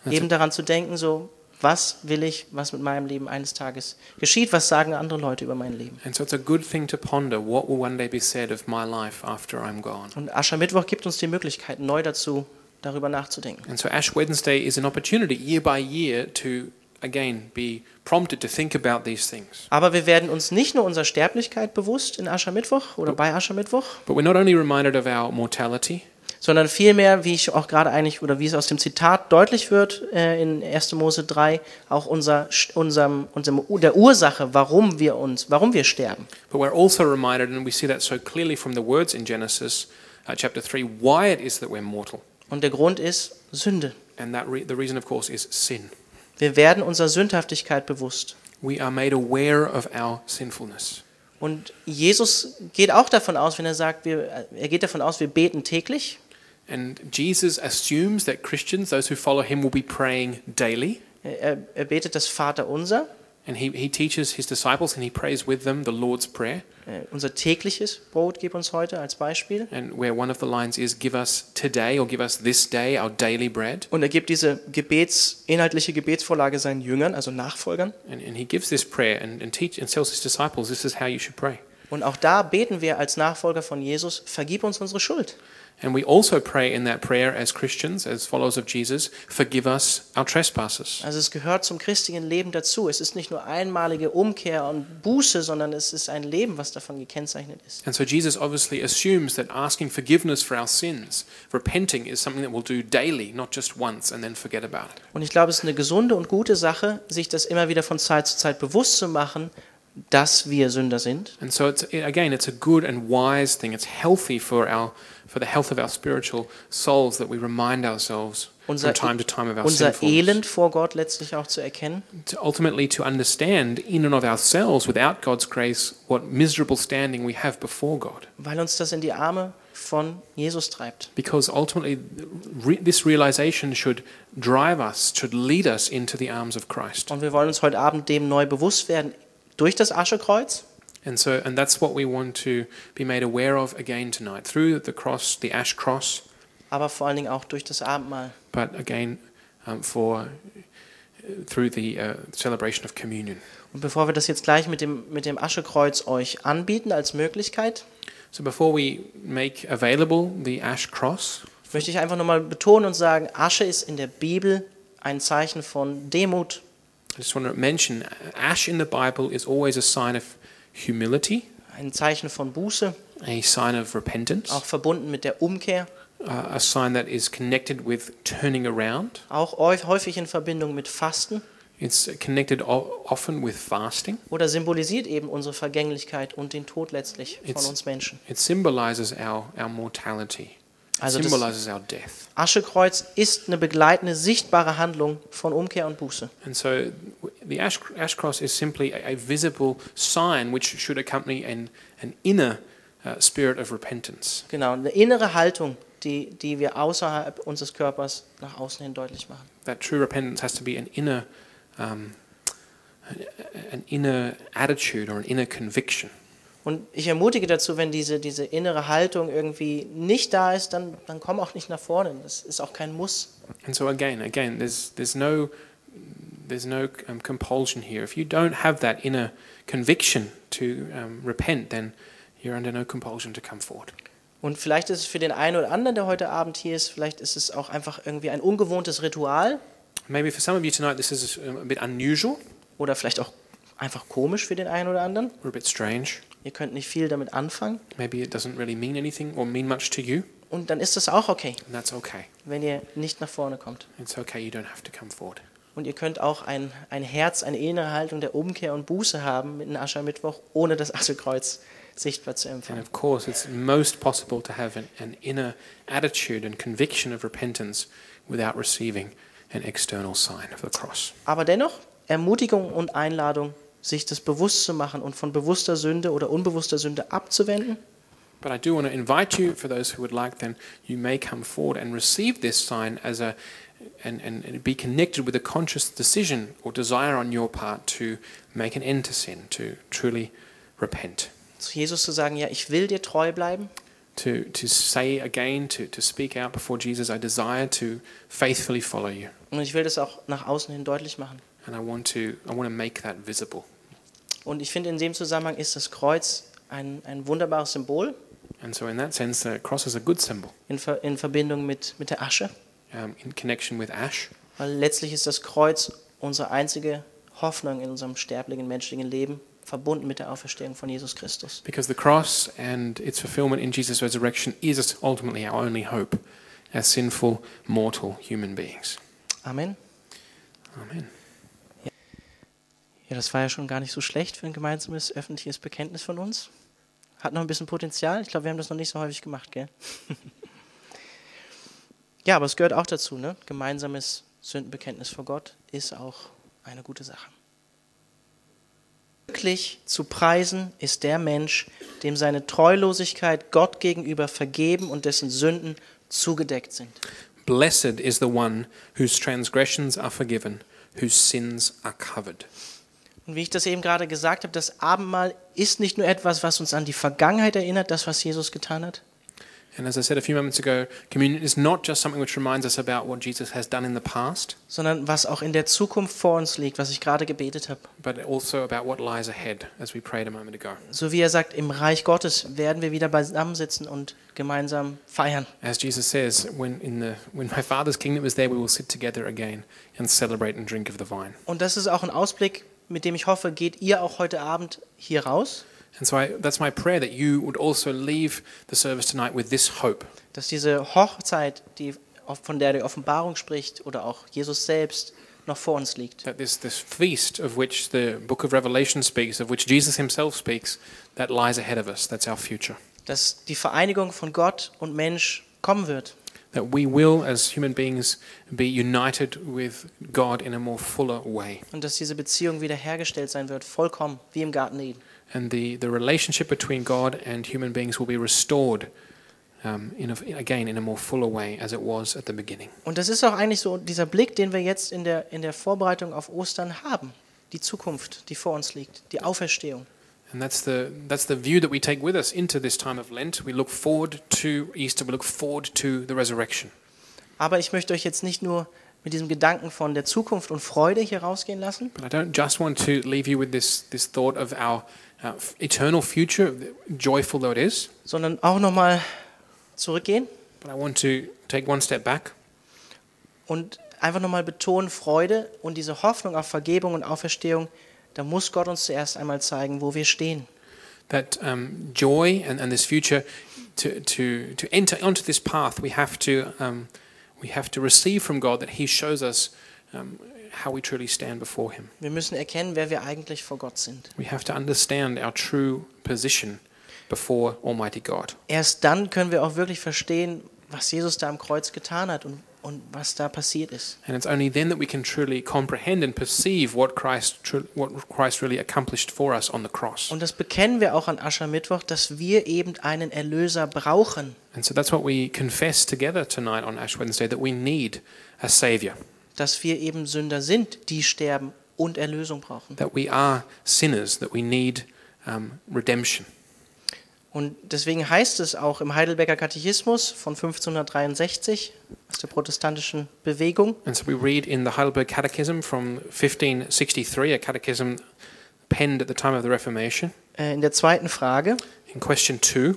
[SPEAKER 2] Also-
[SPEAKER 1] eben daran zu denken, so, was will ich, was mit meinem Leben eines Tages geschieht, was sagen andere Leute über mein Leben.
[SPEAKER 2] And so it's a good thing to ponder what will one day be said of my life after I'm gone.
[SPEAKER 1] Und Aschermittwoch gibt uns die Möglichkeit, neu dazu darüber nachzudenken.
[SPEAKER 2] And so Ash Wednesday is an opportunity year by year to again be prompted to think about these things.
[SPEAKER 1] Aber wir werden uns nicht nur unserer Sterblichkeit bewusst in Aschermittwoch oder bei Aschermittwoch,
[SPEAKER 2] But we're not only reminded of our mortality,
[SPEAKER 1] sondern vielmehr, wie ich auch gerade eigentlich, oder wie es aus dem Zitat deutlich wird äh, in 1. Mose 3, auch unser, unserem, unserem, der Ursache, warum wir uns, warum wir sterben.
[SPEAKER 2] but we're also reminded, and we see that so clearly from the words in Genesis uh, chapter 3, why it is that we're mortal.
[SPEAKER 1] Und der Grund ist Sünde.
[SPEAKER 2] And that re- the reason, of course, is sin.
[SPEAKER 1] Wir werden unserer Sündhaftigkeit bewusst.
[SPEAKER 2] We are made aware of our sinfulness.
[SPEAKER 1] Und Jesus geht auch davon aus, wenn er sagt, wir, er geht davon aus, wir beten täglich.
[SPEAKER 2] And Jesus assumes that Christians, those who follow him, will be praying daily.
[SPEAKER 1] Er, er betet das Vaterunser,
[SPEAKER 2] And he, he teaches his disciples and he prays with them the Lord's Prayer.
[SPEAKER 1] äh, unser tägliches Brot gib uns heute als Beispiel.
[SPEAKER 2] And where one of the lines is, Give us today or give us this day our daily bread.
[SPEAKER 1] Und er gibt diese Gebets, inhaltliche Gebetsvorlage seinen Jüngern, also Nachfolgern.
[SPEAKER 2] And, and he gives this prayer and, and, teach, and tells his disciples this is how you should pray.
[SPEAKER 1] Und auch da beten wir als Nachfolger von Jesus, vergib uns unsere Schuld.
[SPEAKER 2] And we also pray in that prayer as Christians, as followers of Jesus, forgive us our trespasses.
[SPEAKER 1] Also es gehört zum christlichen Leben dazu. Es ist nicht nur einmalige Umkehr und Buße, sondern es ist ein Leben, was davon gekennzeichnet ist.
[SPEAKER 2] And so Jesus obviously assumes that asking forgiveness for our sins, repenting, is something that we'll do daily, not just once and then forget about it.
[SPEAKER 1] Und ich glaube, es ist eine gesunde und gute Sache, sich das immer wieder von Zeit zu Zeit bewusst zu machen, dass wir Sünder sind.
[SPEAKER 2] And so it's again, it's a good and wise thing. It's healthy for our for the health of our spiritual souls that we remind ourselves
[SPEAKER 1] Unser, E-
[SPEAKER 2] from time to time of our
[SPEAKER 1] unser
[SPEAKER 2] sinfulness.
[SPEAKER 1] Elend vor Gott letztlich auch zu erkennen.
[SPEAKER 2] To ultimately, to understand in and of ourselves, without God's grace, what miserable standing we have before God.
[SPEAKER 1] weil uns das in die Arme von Jesus treibt.
[SPEAKER 2] Because ultimately, re- this realization should drive us, should lead us into the arms of Christ.
[SPEAKER 1] Und wir wollen uns heute Abend dem neu bewusst werden durch das Aschekreuz,
[SPEAKER 2] And so, and that's what we want to be made aware of again tonight through the cross, the ash cross,
[SPEAKER 1] aber vor allen Dingen auch durch das Abendmahl.
[SPEAKER 2] but again um, for through the uh, celebration of communion.
[SPEAKER 1] Und bevor wir das jetzt gleich mit dem, mit dem Aschekreuz euch anbieten als Möglichkeit,
[SPEAKER 2] So before we make available the ash cross,
[SPEAKER 1] möchte ich einfach nochmal betonen und sagen, Asche ist in der Bibel ein Zeichen von Demut.
[SPEAKER 2] I just want to mention uh, ash in the Bible is always a sign of humility,
[SPEAKER 1] Ein Zeichen von Buße,
[SPEAKER 2] a sign of repentance,
[SPEAKER 1] auch verbunden mit der Umkehr,
[SPEAKER 2] uh, a sign that is connected with turning around.
[SPEAKER 1] auch häu- häufig in Verbindung mit Fasten
[SPEAKER 2] It's connected o- often with fasting.
[SPEAKER 1] oder symbolisiert eben unsere Vergänglichkeit und den Tod letztlich von
[SPEAKER 2] Jetzt-
[SPEAKER 1] uns Menschen.
[SPEAKER 2] It symbolizes our, our mortality. It
[SPEAKER 1] Also das-
[SPEAKER 2] symbolizes our death.
[SPEAKER 1] Aschekreuz ist eine begleitende, sichtbare Handlung von Umkehr und Buße.
[SPEAKER 2] And so w- the ash, ash cross is simply a, a visible sign which should accompany an, an inner uh, spirit of repentance.
[SPEAKER 1] Genau, eine innere Haltung, die, die wir außerhalb unseres Körpers nach außen hin deutlich machen.
[SPEAKER 2] That true repentance has to be an inner, um, an- an inner attitude or an inner conviction.
[SPEAKER 1] Und ich ermutige dazu, wenn diese, diese innere Haltung irgendwie nicht da ist, dann, dann komm auch nicht nach vorne. Das ist auch kein Muss.
[SPEAKER 2] And so again, again, there's there's no there's no um, compulsion here. If you don't have that inner conviction to um, repent, then you're under no compulsion to come forward.
[SPEAKER 1] Und vielleicht ist es für den einen oder anderen, der heute Abend hier ist, vielleicht ist es auch einfach irgendwie ein ungewohntes Ritual
[SPEAKER 2] Maybe for some of you tonight, this is um, a bit unusual
[SPEAKER 1] oder vielleicht auch einfach komisch für den einen oder anderen.
[SPEAKER 2] or a bit strange.
[SPEAKER 1] Ihr könnt nicht viel damit anfangen.
[SPEAKER 2] Maybe it doesn't really mean anything or mean much to you,
[SPEAKER 1] Und dann ist das auch okay,
[SPEAKER 2] and that's okay.
[SPEAKER 1] wenn ihr nicht nach vorne kommt.
[SPEAKER 2] It's okay. You don't have to come forward.
[SPEAKER 1] Und ihr könnt auch ein, ein Herz, eine innere Haltung der Umkehr und Buße haben mit einem Aschermittwoch, ohne das Aschekreuz sichtbar zu
[SPEAKER 2] And
[SPEAKER 1] empfangen.
[SPEAKER 2] of course, it's most possible to have an, an inner attitude and conviction of repentance without receiving an external sign of the cross.
[SPEAKER 1] Aber dennoch Ermutigung und Einladung, sich das bewusst zu machen und von bewusster Sünde oder unbewusster Sünde abzuwenden
[SPEAKER 2] But I do want to invite you, for those who would like, then you may come forward and receive this sign as a and, and, and be connected with a conscious decision or desire on your part to make an end to sin, to truly repent,
[SPEAKER 1] zu Jesus zu sagen, ja, ich will dir treu bleiben
[SPEAKER 2] to to say again, to, to speak out before Jesus, I desire to faithfully follow you.
[SPEAKER 1] und ich will das auch nach außen hin deutlich machen.
[SPEAKER 2] And I want to I want to make that visible.
[SPEAKER 1] Und ich finde, in dem Zusammenhang ist das Kreuz ein, ein wunderbares Symbol
[SPEAKER 2] And so in that sense the cross is a good symbol.
[SPEAKER 1] in, Ver, in Verbindung mit, mit der Asche,
[SPEAKER 2] Um, in connection with ash.
[SPEAKER 1] weil letztlich ist das Kreuz unsere einzige Hoffnung in unserem sterblichen menschlichen Leben, verbunden mit der Auferstehung von Jesus Christus.
[SPEAKER 2] Because the cross and its fulfillment in Jesus' resurrection is ultimately our only hope as sinful, mortal human beings.
[SPEAKER 1] Amen.
[SPEAKER 2] Amen.
[SPEAKER 1] Ja, das war ja schon gar nicht so schlecht für ein gemeinsames öffentliches Bekenntnis von uns. Hat noch ein bisschen Potenzial. Ich glaube, wir haben das noch nicht so häufig gemacht, gell? ja, aber es gehört auch dazu, ne? Gemeinsames Sündenbekenntnis vor Gott ist auch eine gute Sache. Glücklich zu preisen ist der Mensch, dem seine Treulosigkeit Gott gegenüber vergeben und dessen Sünden zugedeckt sind.
[SPEAKER 2] Blessed is the one whose transgressions are forgiven, whose sins are covered.
[SPEAKER 1] Und wie ich das eben gerade gesagt habe, das Abendmahl ist nicht nur etwas, was uns an die Vergangenheit erinnert, das, was Jesus getan hat,
[SPEAKER 2] And as I said a few moments ago, communion is not just something which reminds us about what Jesus has done in the past,
[SPEAKER 1] sondern was auch in der Zukunft vor uns liegt, was ich gerade gebetet habe.
[SPEAKER 2] but also about what lies ahead, as we prayed a moment ago.
[SPEAKER 1] So wie er sagt, im Reich Gottes werden wir wieder beisammensitzen und gemeinsam feiern.
[SPEAKER 2] As Jesus says, when, in the, when my Father's kingdom is there, we will sit together again and celebrate and drink of the vine.
[SPEAKER 1] Und das ist auch ein Ausblick, mit dem ich hoffe, geht ihr auch heute Abend hier raus,
[SPEAKER 2] And so I, that's my prayer that you would also leave the service tonight with this hope
[SPEAKER 1] dass diese Hochzeit, die, von der die Offenbarung spricht oder auch Jesus selbst, noch vor uns liegt.
[SPEAKER 2] that this, this feast of which the book of Revelation speaks, of which Jesus himself speaks, that lies ahead of us. That's our future.
[SPEAKER 1] Dass die Vereinigung von Gott und Mensch kommen wird.
[SPEAKER 2] That we will, as human beings, be united with God in a more fuller way.
[SPEAKER 1] Und dass diese Beziehung wiederhergestellt sein wird, vollkommen, wie im Garten Eden.
[SPEAKER 2] And the, the relationship between God and human beings will be restored um, in a, again in a more fuller way as it was at the beginning.
[SPEAKER 1] Und das ist auch eigentlich so dieser Blick, den wir jetzt in der, in der Vorbereitung auf Ostern haben. Die Zukunft, die vor uns liegt, die Auferstehung.
[SPEAKER 2] And that's the that's the view that we take with us into this time of Lent. We look forward to Easter. We look forward to the resurrection.
[SPEAKER 1] Aber ich möchte euch jetzt nicht nur mit diesem Gedanken von der Zukunft und Freude hier rausgehen lassen.
[SPEAKER 2] But I don't just want to leave you with this, this thought of our uh, f- eternal future, joyful though it is,
[SPEAKER 1] sondern auch nochmal zurückgehen
[SPEAKER 2] but I want to take one step back
[SPEAKER 1] und einfach nochmal betonen, Freude und diese Hoffnung auf Vergebung und Auferstehung, da muss Gott uns zuerst einmal zeigen, wo wir stehen.
[SPEAKER 2] that um, joy and, and this future to, to, to enter onto this path we have to um, we have to receive from God that he shows us um, how we truly stand before him
[SPEAKER 1] Wir müssen erkennen, wer wir eigentlich vor Gott sind.
[SPEAKER 2] we have to understand our true position before almighty God
[SPEAKER 1] Erst dann können wir auch wirklich verstehen, was Jesus da am Kreuz getan hat und, und was da passiert ist.
[SPEAKER 2] and it's only then that we can truly comprehend and perceive what Christ tru- what Christ really accomplished for us on the cross
[SPEAKER 1] Und das bekennen wir auch an Aschermittwoch, dass wir eben einen Erlöser brauchen.
[SPEAKER 2] and so that's what we confess together tonight on Ash Wednesday that we need a savior
[SPEAKER 1] dass wir eben Sünder sind, die sterben und Erlösung brauchen.
[SPEAKER 2] that we are sinners, that we need um, redemption.
[SPEAKER 1] Und deswegen heißt es auch im Heidelberger Katechismus von 1563 aus der protestantischen Bewegung,
[SPEAKER 2] And so we read in the Heidelberg Catechism from 1563, a catechism penned at the time of the Reformation,
[SPEAKER 1] äh, in der zweiten Frage,
[SPEAKER 2] in question two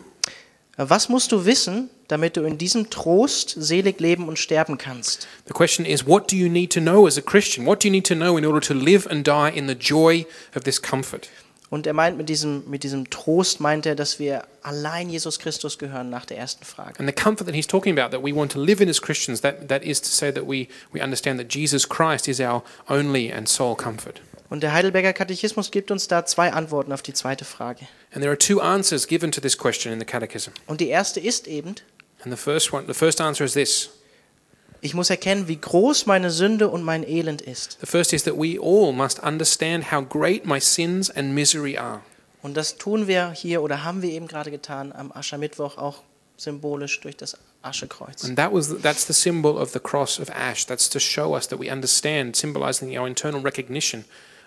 [SPEAKER 1] was musst du wissen, damit du in diesem Trost selig leben und sterben kannst?
[SPEAKER 2] the question is, What do you need to know as a Christian? What do you need to know in order to live and die in the joy of this comfort?
[SPEAKER 1] Und er meint mit diesem, mit diesem Trost, meint er, dass wir allein Jesus Christus gehören nach der ersten Frage.
[SPEAKER 2] And the comfort that he's talking about, that we want to live in as Christians, that, that is to say that we, we understand that Jesus Christ is our only and sole comfort.
[SPEAKER 1] Und der Heidelberger Katechismus gibt uns da zwei Antworten auf die zweite Frage.
[SPEAKER 2] And there are two answers given to this question in the catechism.
[SPEAKER 1] Und die erste ist eben,
[SPEAKER 2] And the first one, the first answer is this
[SPEAKER 1] Ich muss erkennen, wie groß meine Sünde und mein Elend ist
[SPEAKER 2] The first is that we all must understand how great my sins and misery are.
[SPEAKER 1] Und das tun wir hier oder haben wir eben gerade getan am Aschermittwoch auch symbolisch durch das Aschekreuz.
[SPEAKER 2] And that was that's the symbol of the cross of ash. That's to show us that we understand, symbolizing our internal recognition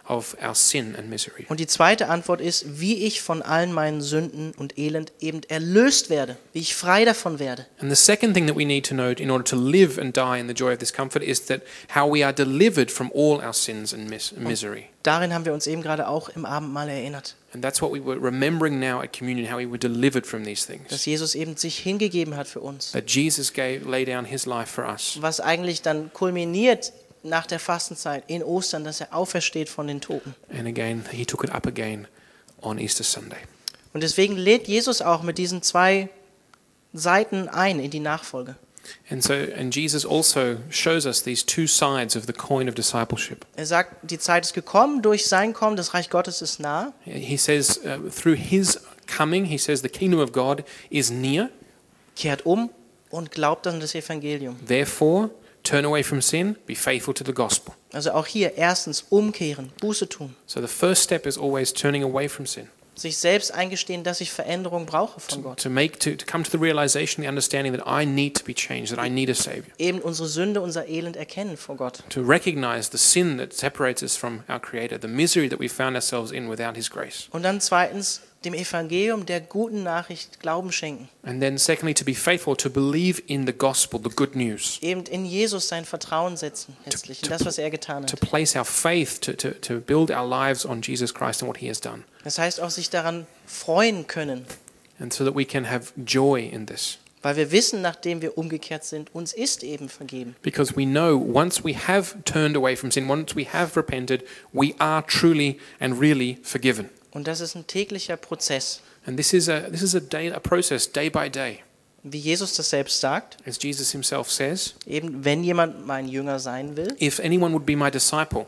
[SPEAKER 2] of our sin and misery.
[SPEAKER 1] Und die zweite Antwort ist, wie ich von allen meinen Sünden und Elend eben erlöst werde, wie ich frei davon werde.
[SPEAKER 2] And the second thing that we need to know in order to live and die in the joy of this comfort is that how we are delivered from all our sins and mis- misery.
[SPEAKER 1] Darin haben wir uns eben gerade auch im Abendmahl erinnert,
[SPEAKER 2] And that's what we were remembering now at communion, how we were delivered from these
[SPEAKER 1] dass
[SPEAKER 2] things.
[SPEAKER 1] Jesus eben sich hingegeben hat für uns,
[SPEAKER 2] That Jesus gave, lay down his life for us.
[SPEAKER 1] was eigentlich dann kulminiert nach der Fastenzeit in Ostern, dass er aufersteht von den Toten.
[SPEAKER 2] And again, he took it up again on Easter Sunday.
[SPEAKER 1] Und deswegen lädt Jesus auch mit diesen zwei Seiten ein in die Nachfolge.
[SPEAKER 2] And so, and Jesus also shows us these two sides of the coin of discipleship.
[SPEAKER 1] Er sagt, die Zeit ist gekommen, durch sein Kommen, das Reich Gottes ist nah.
[SPEAKER 2] He says, uh, through his coming, he says, the kingdom of God is near.
[SPEAKER 1] Kehrt um und glaubt an das Evangelium.
[SPEAKER 2] Therefore, turn away from sin, be faithful to the gospel.
[SPEAKER 1] Also auch hier erstens umkehren, Buße tun,
[SPEAKER 2] So, the first step is always turning away from sin,
[SPEAKER 1] sich selbst eingestehen, dass ich Veränderung brauche von Gott.
[SPEAKER 2] to make, to, to come to the realization, the understanding that I need to be changed, that I need a savior,
[SPEAKER 1] Eben unsere Sünde, unser Elend erkennen vor Gott.
[SPEAKER 2] to recognize the sin that separates us from our Creator, the misery that we found ourselves in without His grace,
[SPEAKER 1] Und dann zweitens dem Evangelium der guten Nachricht Glauben schenken.
[SPEAKER 2] and then secondly, to be faithful, to believe in the gospel, the good news.
[SPEAKER 1] Eben in Jesus sein Vertrauen setzen, letztlich in das, was er getan
[SPEAKER 2] to
[SPEAKER 1] hat.
[SPEAKER 2] place our faith, to, to, to build our lives on Jesus Christ and what He has done,
[SPEAKER 1] Das heißt auch sich daran freuen können,
[SPEAKER 2] and so that we can have joy in this.
[SPEAKER 1] weil wir wissen, nachdem wir umgekehrt sind, uns ist eben vergeben.
[SPEAKER 2] Because we know once we have turned away from sin, once we have repented, we are truly and really forgiven.
[SPEAKER 1] Und das ist ein täglicher Prozess.
[SPEAKER 2] And this is a this is a day a process day by day,
[SPEAKER 1] Wie Jesus das selbst sagt,
[SPEAKER 2] as Jesus Himself says.
[SPEAKER 1] eben wenn jemand mein Jünger sein will,
[SPEAKER 2] If anyone would be my disciple,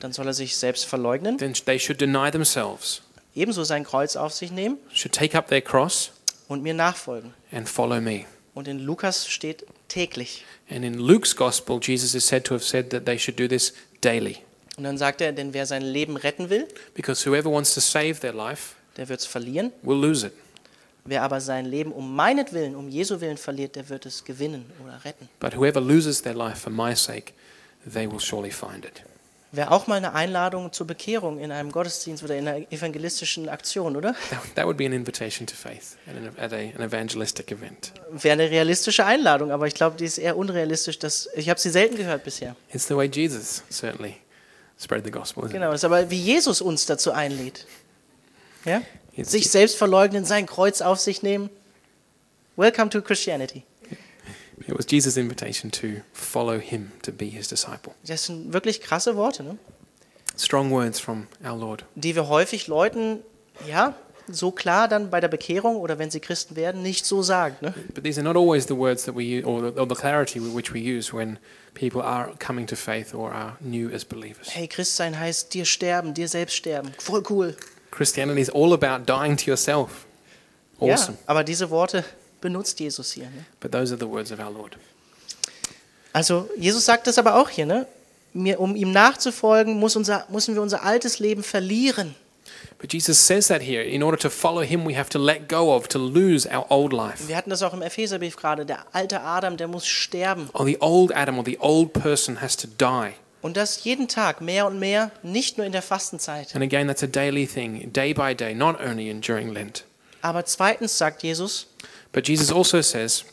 [SPEAKER 1] dann soll er sich selbst verleugnen,
[SPEAKER 2] then they should deny themselves,
[SPEAKER 1] ebenso sein Kreuz auf sich nehmen
[SPEAKER 2] should take up their cross
[SPEAKER 1] und mir nachfolgen.
[SPEAKER 2] and follow me.
[SPEAKER 1] Und in Lukas steht täglich.
[SPEAKER 2] And in Luke's gospel, Jesus is said to have said that they should do this daily,
[SPEAKER 1] Und dann sagt er, denn wer sein Leben retten will,
[SPEAKER 2] because whoever wants to save their life
[SPEAKER 1] der wird es verlieren.
[SPEAKER 2] will lose it.
[SPEAKER 1] Wer aber sein Leben um meinetwillen, um Jesu Willen verliert, der wird es gewinnen oder retten.
[SPEAKER 2] But whoever loses their life for my sake, they will surely find it.
[SPEAKER 1] Wäre auch mal eine Einladung zur Bekehrung in einem Gottesdienst oder in einer evangelistischen Aktion, oder?
[SPEAKER 2] That, that would be an invitation to faith at an, at a, an evangelistic event.
[SPEAKER 1] Wäre eine realistische Einladung, aber ich glaube, die ist eher unrealistisch. Das, ich habe sie selten gehört bisher.
[SPEAKER 2] It's the way Jesus certainly spread the gospel, isn't it?
[SPEAKER 1] Genau, das ist aber wie Jesus uns dazu einlädt. Ja?
[SPEAKER 2] Jetzt-
[SPEAKER 1] Sich selbst verleugnen, sein Kreuz auf sich nehmen. Welcome to Christianity.
[SPEAKER 2] It was Jesus' invitation to follow him, to be his disciple.
[SPEAKER 1] Das sind wirklich krasse Worte, ne?
[SPEAKER 2] Strong words from our Lord.
[SPEAKER 1] die wir häufig Leuten, ja, so klar dann bei der Bekehrung oder wenn sie Christen werden, nicht so sagen. Ne?
[SPEAKER 2] But these are not always the words that we use, or the, or the clarity with which we use when people are coming to faith or are new as believers.
[SPEAKER 1] Hey, Christsein heißt dir sterben, dir selbst sterben. Voll cool.
[SPEAKER 2] Christianity is all about dying to yourself.
[SPEAKER 1] Ja,
[SPEAKER 2] Awesome.
[SPEAKER 1] aber diese Worte benutzt Jesus hier. Ne?
[SPEAKER 2] But those are the words of our Lord.
[SPEAKER 1] Also Jesus sagt das aber auch hier, ne? Mir, um ihm nachzufolgen, muss unser, müssen wir unser altes Leben verlieren.
[SPEAKER 2] But Jesus says that here. In order to follow him, we have to let go of, to lose our old life.
[SPEAKER 1] Wir hatten das auch im Epheserbrief gerade. Der alte Adam, der muss sterben.
[SPEAKER 2] Or the old Adam or the old person has to die.
[SPEAKER 1] Und das jeden Tag, mehr und mehr, nicht nur in der Fastenzeit.
[SPEAKER 2] And again, that's a daily thing, day by day, not only in during Lent.
[SPEAKER 1] Aber zweitens sagt Jesus,
[SPEAKER 2] But Jesus also says,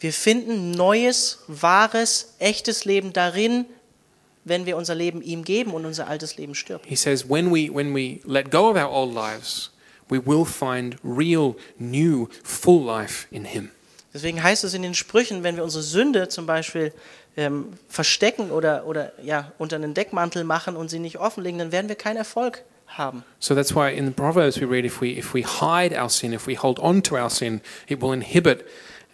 [SPEAKER 1] Wir finden neues, wahres, echtes Leben darin, wenn wir unser Leben ihm geben und unser altes Leben stirbt.
[SPEAKER 2] He says, when we, when we let go of our old lives, we will find real, new, full life in Him.
[SPEAKER 1] Deswegen heißt es in den Sprüchen, wenn wir unsere Sünde zum Beispiel ähm, verstecken oder, oder ja, unter einen Deckmantel machen und sie nicht offenlegen, dann werden wir keinen Erfolg haben.
[SPEAKER 2] So that's why in the Proverbs we read, if we, if we hide our sin, if we hold on to our sin, it will inhibit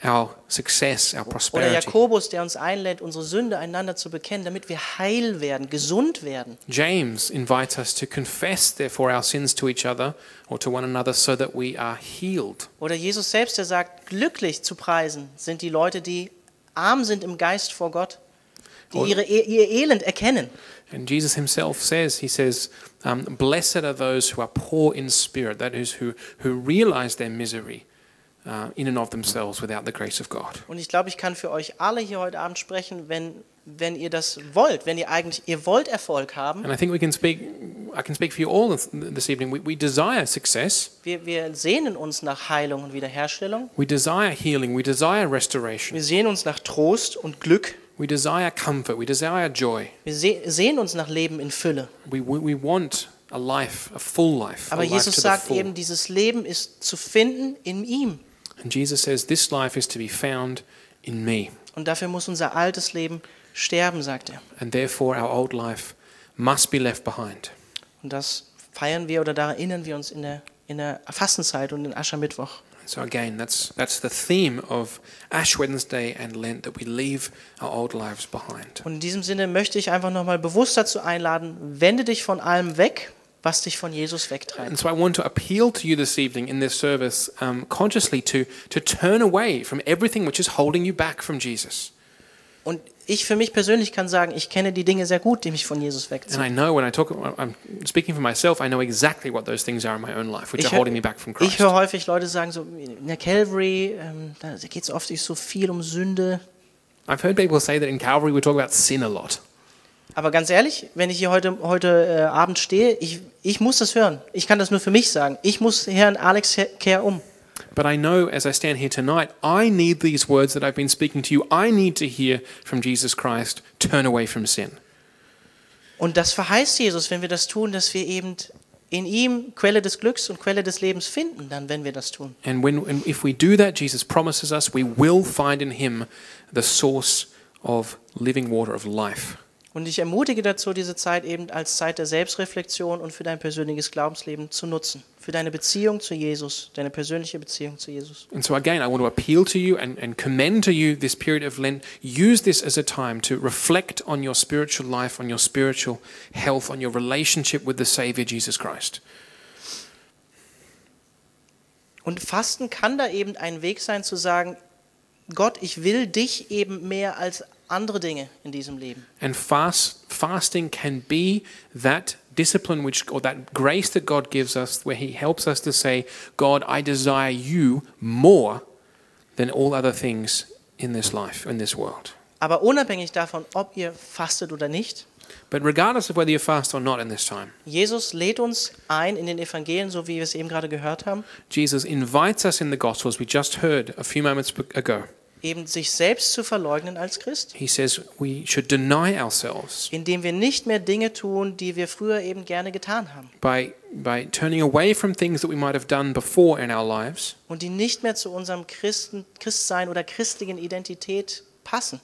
[SPEAKER 2] our success, our
[SPEAKER 1] Oder
[SPEAKER 2] prosperity.
[SPEAKER 1] Jakobus, der uns einlädt, unsere Sünde einander zu bekennen, damit wir heil werden, gesund werden.
[SPEAKER 2] James invites us to confess, therefore, our sins to each other or to one another so that we are healed.
[SPEAKER 1] Oder Jesus selbst, der sagt, glücklich zu preisen sind die Leute, die arm sind im Geist vor Gott, die
[SPEAKER 2] Oder-
[SPEAKER 1] ihre, E-, ihr Elend erkennen.
[SPEAKER 2] And Jesus himself says, He says, um, Blessed are those who are poor in spirit, that is, who, who realize their misery uh, in and of themselves without the grace of God.
[SPEAKER 1] Und ich glaube, ich kann für euch alle hier heute Abend sprechen, wenn, wenn ihr das wollt, wenn ihr eigentlich, ihr wollt Erfolg haben.
[SPEAKER 2] And I think we can speak, I can speak for you all this, this evening. We, we desire success,
[SPEAKER 1] Wir, wir sehnen uns nach Heilung und Wiederherstellung.
[SPEAKER 2] we desire healing, we desire restoration,
[SPEAKER 1] Wir sehnen uns nach Trost und Glück.
[SPEAKER 2] we desire comfort, we desire joy.
[SPEAKER 1] Wir se sehnen uns nach Leben in Fülle.
[SPEAKER 2] We, we, we want a life, a full life. a
[SPEAKER 1] Aber
[SPEAKER 2] life
[SPEAKER 1] Jesus
[SPEAKER 2] to the
[SPEAKER 1] sagt
[SPEAKER 2] full.
[SPEAKER 1] eben, dieses Leben ist zu finden in ihm.
[SPEAKER 2] and Jesus says, This life is to be found in me.
[SPEAKER 1] Und dafür muss unser altes Leben sterben, sagt er.
[SPEAKER 2] And therefore, our old life must be left behind.
[SPEAKER 1] Und das feiern wir oder daran erinnern wir uns in der, in der Fastenzeit und in Aschermittwoch.
[SPEAKER 2] So again, that's that's the theme of Ash Wednesday and Lent that we leave our old lives behind.
[SPEAKER 1] Und in diesem Sinne möchte ich einfach nochmal bewusst dazu einladen, wende dich von allem weg, was dich von Jesus wegtreibt.
[SPEAKER 2] And so I want to appeal to you this evening in this service um, consciously to to turn away from everything which is holding you back from Jesus.
[SPEAKER 1] Und ich für mich persönlich kann sagen, ich kenne die Dinge sehr gut, die mich von Jesus
[SPEAKER 2] And
[SPEAKER 1] wegziehen.
[SPEAKER 2] I know when I talk, I'm speaking for myself. I know exactly what those things are in my own life which
[SPEAKER 1] Ich
[SPEAKER 2] are holding
[SPEAKER 1] hö-
[SPEAKER 2] me back from
[SPEAKER 1] Ich
[SPEAKER 2] Christ.
[SPEAKER 1] höre häufig Leute sagen, so in der Calvary, ähm, da geht es oft nicht so viel um Sünde.
[SPEAKER 2] I've heard people say that in Calvary we talk about sin a lot.
[SPEAKER 1] Aber ganz ehrlich, wenn ich hier heute, heute äh, Abend stehe, ich, ich muss das hören. Ich kann das nur für mich sagen. Ich muss Herrn Alex He- Kerr um.
[SPEAKER 2] But I know as I stand here tonight, I need these words that I've been speaking to you. I need to hear from Jesus Christ, turn away from sin.
[SPEAKER 1] Und das verheißt Jesus, wenn wir das tun, dass wir eben in ihm Quelle des Glücks und Quelle des Lebens finden, dann wenn wir das tun.
[SPEAKER 2] And when and if we do that, Jesus promises us we will find in him the source of living water of life.
[SPEAKER 1] Und ich ermutige dazu, diese Zeit eben als Zeit der Selbstreflexion und für dein persönliches Glaubensleben zu nutzen. Für deine Beziehung zu Jesus, deine persönliche Beziehung zu Jesus.
[SPEAKER 2] And so again, I want to appeal to you and, and commend to you this period of Lent. Use this as a time to reflect on your spiritual life, on your spiritual health, on your relationship with the Savior Jesus Christ.
[SPEAKER 1] Und Fasten kann da eben ein Weg sein zu sagen, Gott, ich will dich eben mehr als andere Dinge in diesem Leben.
[SPEAKER 2] And fast fasting can be that discipline which or that grace that God gives us where he helps us to say, God, I desire you more than all other things in this life, in this world.
[SPEAKER 1] Aber unabhängig davon, ob ihr fastet oder nicht,
[SPEAKER 2] But regardless of whether you fast or not in this time,
[SPEAKER 1] Jesus lädt uns ein in den Evangelien, so wie wir es eben gerade gehört haben,
[SPEAKER 2] Jesus invites us in the Gospels we just heard a few moments ago.
[SPEAKER 1] eben sich selbst zu verleugnen als Christ,
[SPEAKER 2] He says we should deny ourselves
[SPEAKER 1] indem wir nicht mehr Dinge tun, die wir früher eben gerne getan haben
[SPEAKER 2] by, by turning away from things that we might have done before in our lives
[SPEAKER 1] und die nicht mehr zu unserem Christen, Christsein oder christlichen Identität passen.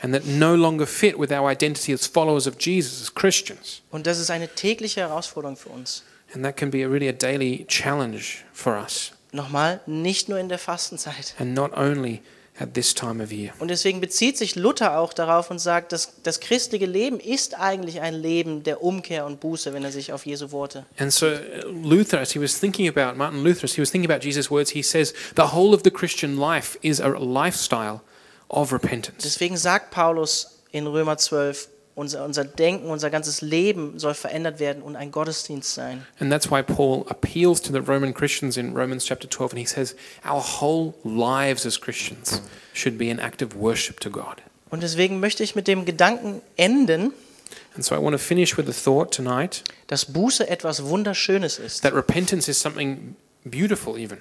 [SPEAKER 2] and that no longer fit with our identity as followers of Jesus, as Christians.
[SPEAKER 1] Und das ist eine tägliche Herausforderung für uns.
[SPEAKER 2] And that can be a, really a daily challenge for us,
[SPEAKER 1] Nochmal, nicht nur in der Fastenzeit.
[SPEAKER 2] and not only at this time of year.
[SPEAKER 1] Und deswegen bezieht sich Luther auch darauf und sagt, dass das christliche Leben ist eigentlich ein Leben der Umkehr und Buße, wenn er sich auf Jesu Worte.
[SPEAKER 2] And so uh, Luther, as he was thinking about Martin Luther, as he was thinking about Jesus' words, he says the whole of the Christian life is a lifestyle of repentance.
[SPEAKER 1] Deswegen sagt Paulus in Römer 12, unser, unser Denken, unser ganzes Leben soll verändert werden und ein Gottesdienst sein.
[SPEAKER 2] And that's why Paul appeals to the Roman Christians in Romans chapter 12, and he says our whole lives as Christians should be an act of worship to God.
[SPEAKER 1] Und deswegen möchte ich mit dem Gedanken enden,
[SPEAKER 2] And so I want to finish with a thought tonight
[SPEAKER 1] dass Buße etwas Wunderschönes ist.
[SPEAKER 2] that repentance is something beautiful, even.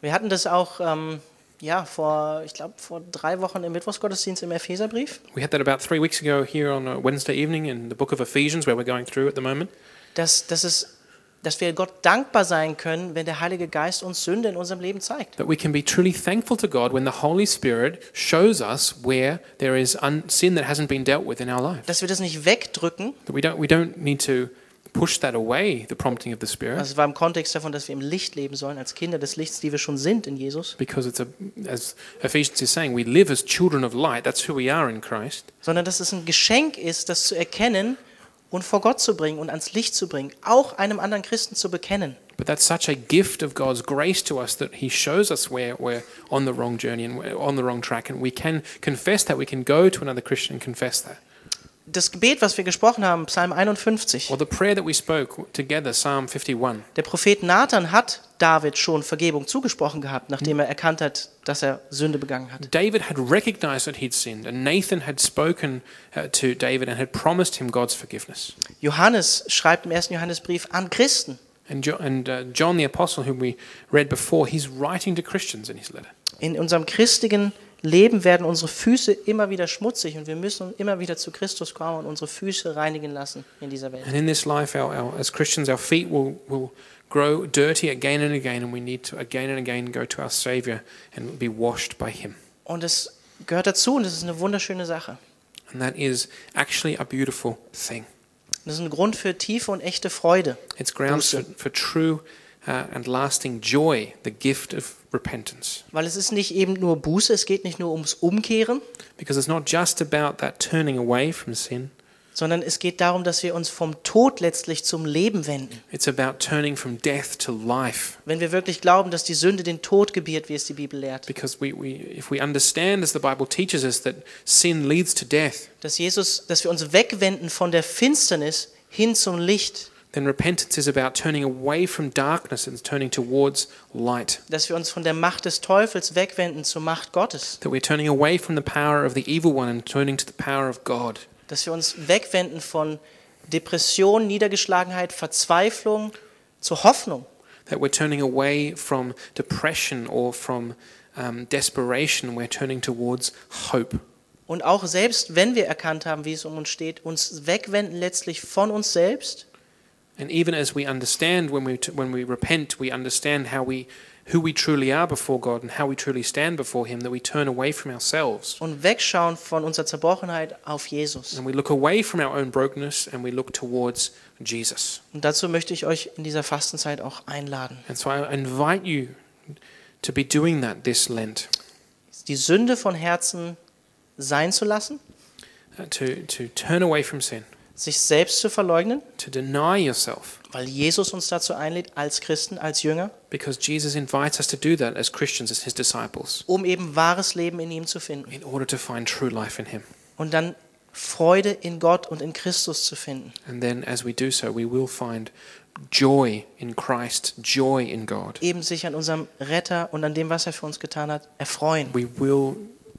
[SPEAKER 1] Wir hatten das auch ähm, ja, vor, ich glaube, vor drei Wochen im Mittwochsgottesdienst im Epheserbrief,
[SPEAKER 2] We had that about three weeks ago here on a Wednesday evening in the book of Ephesians, where we're going through at the moment.
[SPEAKER 1] dass, dass, es, dass wir Gott dankbar sein können, wenn der Heilige Geist uns Sünde in unserem Leben zeigt.
[SPEAKER 2] that we can be truly thankful to God when the Holy Spirit shows us where there is un- sin that hasn't been dealt with in our life.
[SPEAKER 1] Dass wir das nicht wegdrücken,
[SPEAKER 2] That we don't we don't need to push that away, the prompting of the Spirit,
[SPEAKER 1] das also war im Kontext davon, dass wir im Licht leben sollen, als Kinder des Lichts, die wir schon sind in Jesus,
[SPEAKER 2] because it's a as Ephesians is saying, we live as children of light. That's who we are in Christ.
[SPEAKER 1] sondern dass es ein Geschenk ist, das zu erkennen und vor Gott zu bringen und ans Licht zu bringen, auch einem anderen Christen zu bekennen.
[SPEAKER 2] But that's such a gift of God's grace to us that He shows us where we're on the wrong journey and we're on the wrong track, and we can confess that. We can go to another Christian and confess that.
[SPEAKER 1] Das Gebet, was wir gesprochen haben, Psalm 51,
[SPEAKER 2] Or the prayer that we spoke together, Psalm 51.
[SPEAKER 1] der Prophet Nathan hat David schon Vergebung zugesprochen gehabt, nachdem er erkannt hat, dass er Sünde begangen hat.
[SPEAKER 2] David had recognized that he'd sinned, and Nathan had spoken uh, to David and had promised him God's forgiveness.
[SPEAKER 1] Johannes schreibt im ersten Johannesbrief an Christen,
[SPEAKER 2] And, jo- and uh, John the Apostle, whom we read before, he's writing to Christians in his letter.
[SPEAKER 1] In unserem christlichen Leben werden unsere Füße immer wieder schmutzig und wir müssen immer wieder zu Christus kommen und unsere Füße reinigen lassen in dieser Welt.
[SPEAKER 2] And in this life, our, our, as Christians, our feet will, will grow dirty again and again, and we need to again and again go to our Savior and be washed by Him.
[SPEAKER 1] Und es gehört dazu und es ist eine wunderschöne Sache.
[SPEAKER 2] And that is actually a beautiful thing.
[SPEAKER 1] Das ist ein Grund für tiefe und echte Freude.
[SPEAKER 2] It's grounds for, for true uh, and lasting joy, the gift of repentance.
[SPEAKER 1] Weil es ist nicht eben nur Buße, es geht nicht nur ums Umkehren,
[SPEAKER 2] Because it's not just about that turning away from sin,
[SPEAKER 1] sondern es geht darum, dass wir uns vom Tod letztlich zum Leben wenden.
[SPEAKER 2] it's about turning from death to life.
[SPEAKER 1] Wenn wir wirklich glauben, dass die Sünde den Tod gebiert, wie es die Bibel lehrt.
[SPEAKER 2] Because we, we, if we understand, as the Bible teaches us, that sin leads to death,
[SPEAKER 1] Dass Jesus, dass wir uns wegwenden von der Finsternis hin zum Licht.
[SPEAKER 2] then repentance is about turning away from darkness and turning towards light.
[SPEAKER 1] dass wir uns von der Macht des Teufels wegwenden zur Macht Gottes,
[SPEAKER 2] That we're turning away from the power of the evil one and turning to the power of God.
[SPEAKER 1] dass wir uns wegwenden von Depression, Niedergeschlagenheit, Verzweiflung zur Hoffnung,
[SPEAKER 2] That we're turning away from depression or from um, desperation, we're turning towards hope.
[SPEAKER 1] und auch selbst wenn wir erkannt haben, wie es um uns steht, uns wegwenden letztlich von uns selbst
[SPEAKER 2] And even as we understand when we t- when we repent, we understand how we who we truly are before God and how we truly stand before Him. That we turn away from ourselves
[SPEAKER 1] und wegschauen von unserer Zerbrochenheit auf Jesus.
[SPEAKER 2] and we look away from our own brokenness and we look towards Jesus.
[SPEAKER 1] Und dazu möchte ich euch in dieser Fastenzeit auch einladen.
[SPEAKER 2] And so I invite you to be doing that this Lent,
[SPEAKER 1] Die Sünde von Herzen sein zu lassen,
[SPEAKER 2] uh, to to turn away from sin,
[SPEAKER 1] sich selbst zu verleugnen,
[SPEAKER 2] to deny yourself,
[SPEAKER 1] weil Jesus uns dazu einlädt, als Christen, als Jünger,
[SPEAKER 2] because Jesus invites us to do that as Christians, as His disciples,
[SPEAKER 1] um eben wahres Leben in ihm zu finden
[SPEAKER 2] in order to find true life in Him.
[SPEAKER 1] und dann Freude in Gott und in Christus zu finden.
[SPEAKER 2] And then, as we do so, we will find joy in Christ, joy in God.
[SPEAKER 1] Eben sich an unserem Retter und an dem, was er für uns getan hat, erfreuen.
[SPEAKER 2] we will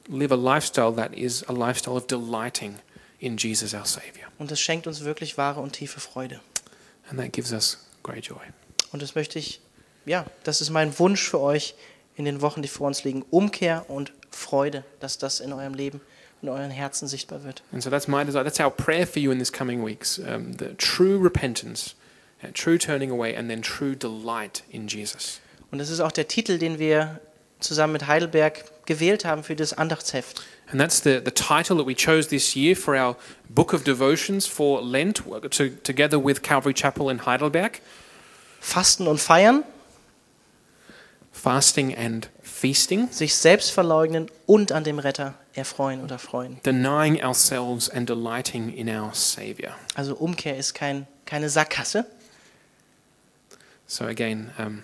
[SPEAKER 2] live a lifestyle that is a lifestyle of delighting in Jesus our Savior.
[SPEAKER 1] Und es schenkt uns wirklich wahre und tiefe Freude.
[SPEAKER 2] And that gives us great joy.
[SPEAKER 1] Und das möchte ich, ja, das ist mein Wunsch für euch in den Wochen, die vor uns liegen. Umkehr und Freude, dass das in eurem Leben, in euren Herzen sichtbar wird.
[SPEAKER 2] And so that's my desire. That's our prayer for you in this coming weeks. Um, the true repentance, uh, true turning away, and then true delight in Jesus.
[SPEAKER 1] Und das ist auch der Titel, den wir zusammen mit Heidelberg gewählt haben für das Andachtsheft.
[SPEAKER 2] And that's the, the title that we chose this year for our book of devotions for Lent, w- to, together with Calvary Chapel in Heidelberg
[SPEAKER 1] Fasten und Feiern,
[SPEAKER 2] Fasting and Feasting,
[SPEAKER 1] sich selbst verleugnen und an dem Retter erfreuen oder freuen.
[SPEAKER 2] Denying Ourselves and Delighting in Our Savior.
[SPEAKER 1] Also Umkehr ist kein, keine Sackgasse.
[SPEAKER 2] So again, um,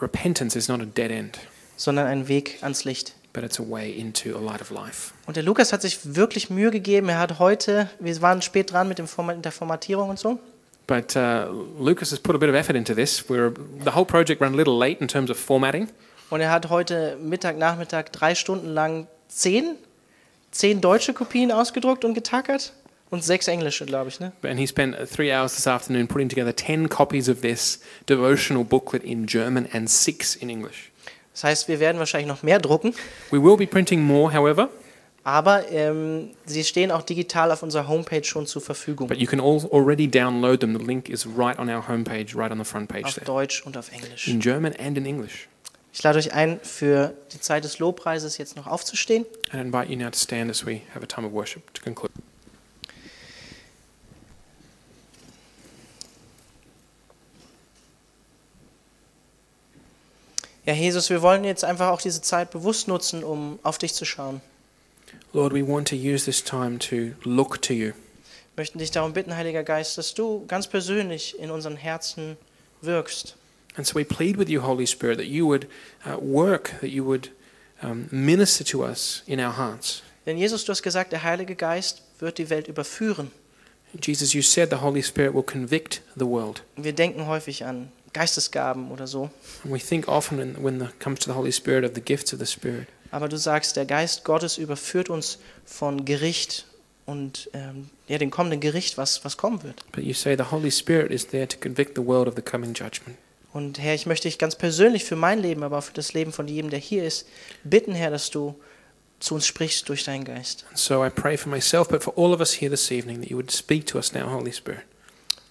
[SPEAKER 2] repentance is not a dead end,
[SPEAKER 1] sondern ein Weg ans Licht.
[SPEAKER 2] but it's a way into a light of life.
[SPEAKER 1] Und der Lukas hat sich wirklich Mühe gegeben. Er hat heute, wir waren spät dran mit dem Format, der Formatierung und so.
[SPEAKER 2] But uh, Lucas has put a bit of effort into this. We're, the whole project ran a little late in terms of formatting.
[SPEAKER 1] Und er hat heute Mittag, Nachmittag drei Stunden lang zehn, zehn deutsche Kopien ausgedruckt und getackert und sechs englische, glaube ich. Ne?
[SPEAKER 2] And he spent three hours this afternoon putting together 10 copies of this devotional booklet in German and six in English.
[SPEAKER 1] Das heißt, wir werden wahrscheinlich noch mehr drucken,
[SPEAKER 2] We will be printing more, however,
[SPEAKER 1] aber ähm, sie stehen auch digital auf unserer Homepage schon zur Verfügung.
[SPEAKER 2] but you can all already download them. The link is right on our homepage, right on the front page
[SPEAKER 1] Auf
[SPEAKER 2] there.
[SPEAKER 1] Deutsch und auf Englisch.
[SPEAKER 2] In German and in English.
[SPEAKER 1] Ich lade euch ein, für die Zeit des Lobpreises jetzt noch aufzustehen.
[SPEAKER 2] And I invite you now to stand as we have a time of worship to conclude.
[SPEAKER 1] Ja, Jesus, wir wollen jetzt einfach auch diese Zeit bewusst nutzen, um auf dich zu schauen.
[SPEAKER 2] Lord, we want to use this time to look to you.
[SPEAKER 1] Wir möchten dich darum bitten, Heiliger Geist, dass du ganz persönlich in unseren Herzen wirkst.
[SPEAKER 2] And so we plead with you, Holy Spirit, that you would uh, work, that you would um, minister to us in our hearts.
[SPEAKER 1] Denn Jesus, du hast gesagt, der Heilige Geist wird die Welt überführen.
[SPEAKER 2] Jesus, you said the Holy Spirit will convict the world.
[SPEAKER 1] Wir denken häufig an Geistesgaben oder so.
[SPEAKER 2] And we think often when, when it comes to the Holy Spirit of the gifts of the Spirit.
[SPEAKER 1] Aber du sagst, der Geist Gottes überführt uns von Gericht und ähm, ja, dem kommenden Gericht, was, was kommen wird.
[SPEAKER 2] But you say the Holy Spirit is there to convict the world of the coming judgment.
[SPEAKER 1] Und Herr, ich möchte dich ganz persönlich für mein Leben, aber auch für das Leben von jedem, der hier ist, bitten, Herr, dass du zu uns sprichst durch deinen Geist.
[SPEAKER 2] And so I pray for myself, but for all of us here this evening, that you would speak to us now, Holy Spirit.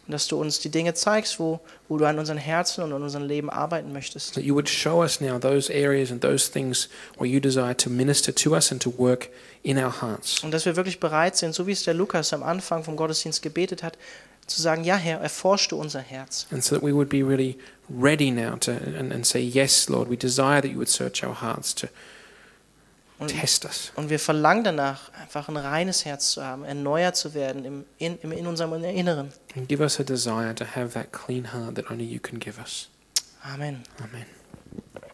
[SPEAKER 1] Und dass du uns die Dinge zeigst, wo, wo du an unseren Herzen und an unserem Leben arbeiten möchtest.
[SPEAKER 2] That you would show us now those areas and those things where you desire to minister to us and to work in our hearts.
[SPEAKER 1] Und dass wir wirklich bereit sind, so wie es der Lukas am Anfang vom Gottesdienst gebetet hat, zu sagen, ja Herr, erforsche du unser Herz.
[SPEAKER 2] And so that we would be really ready now to and, and say, Yes, Lord, we desire that you would search our hearts to
[SPEAKER 1] Und,
[SPEAKER 2] test us.
[SPEAKER 1] und wir verlangen danach, einfach ein reines Herz zu haben, erneuert zu werden im, in, im, in unserem Inneren.
[SPEAKER 2] And give us a desire to have that clean heart that only you can give us.
[SPEAKER 1] Amen.
[SPEAKER 2] Amen.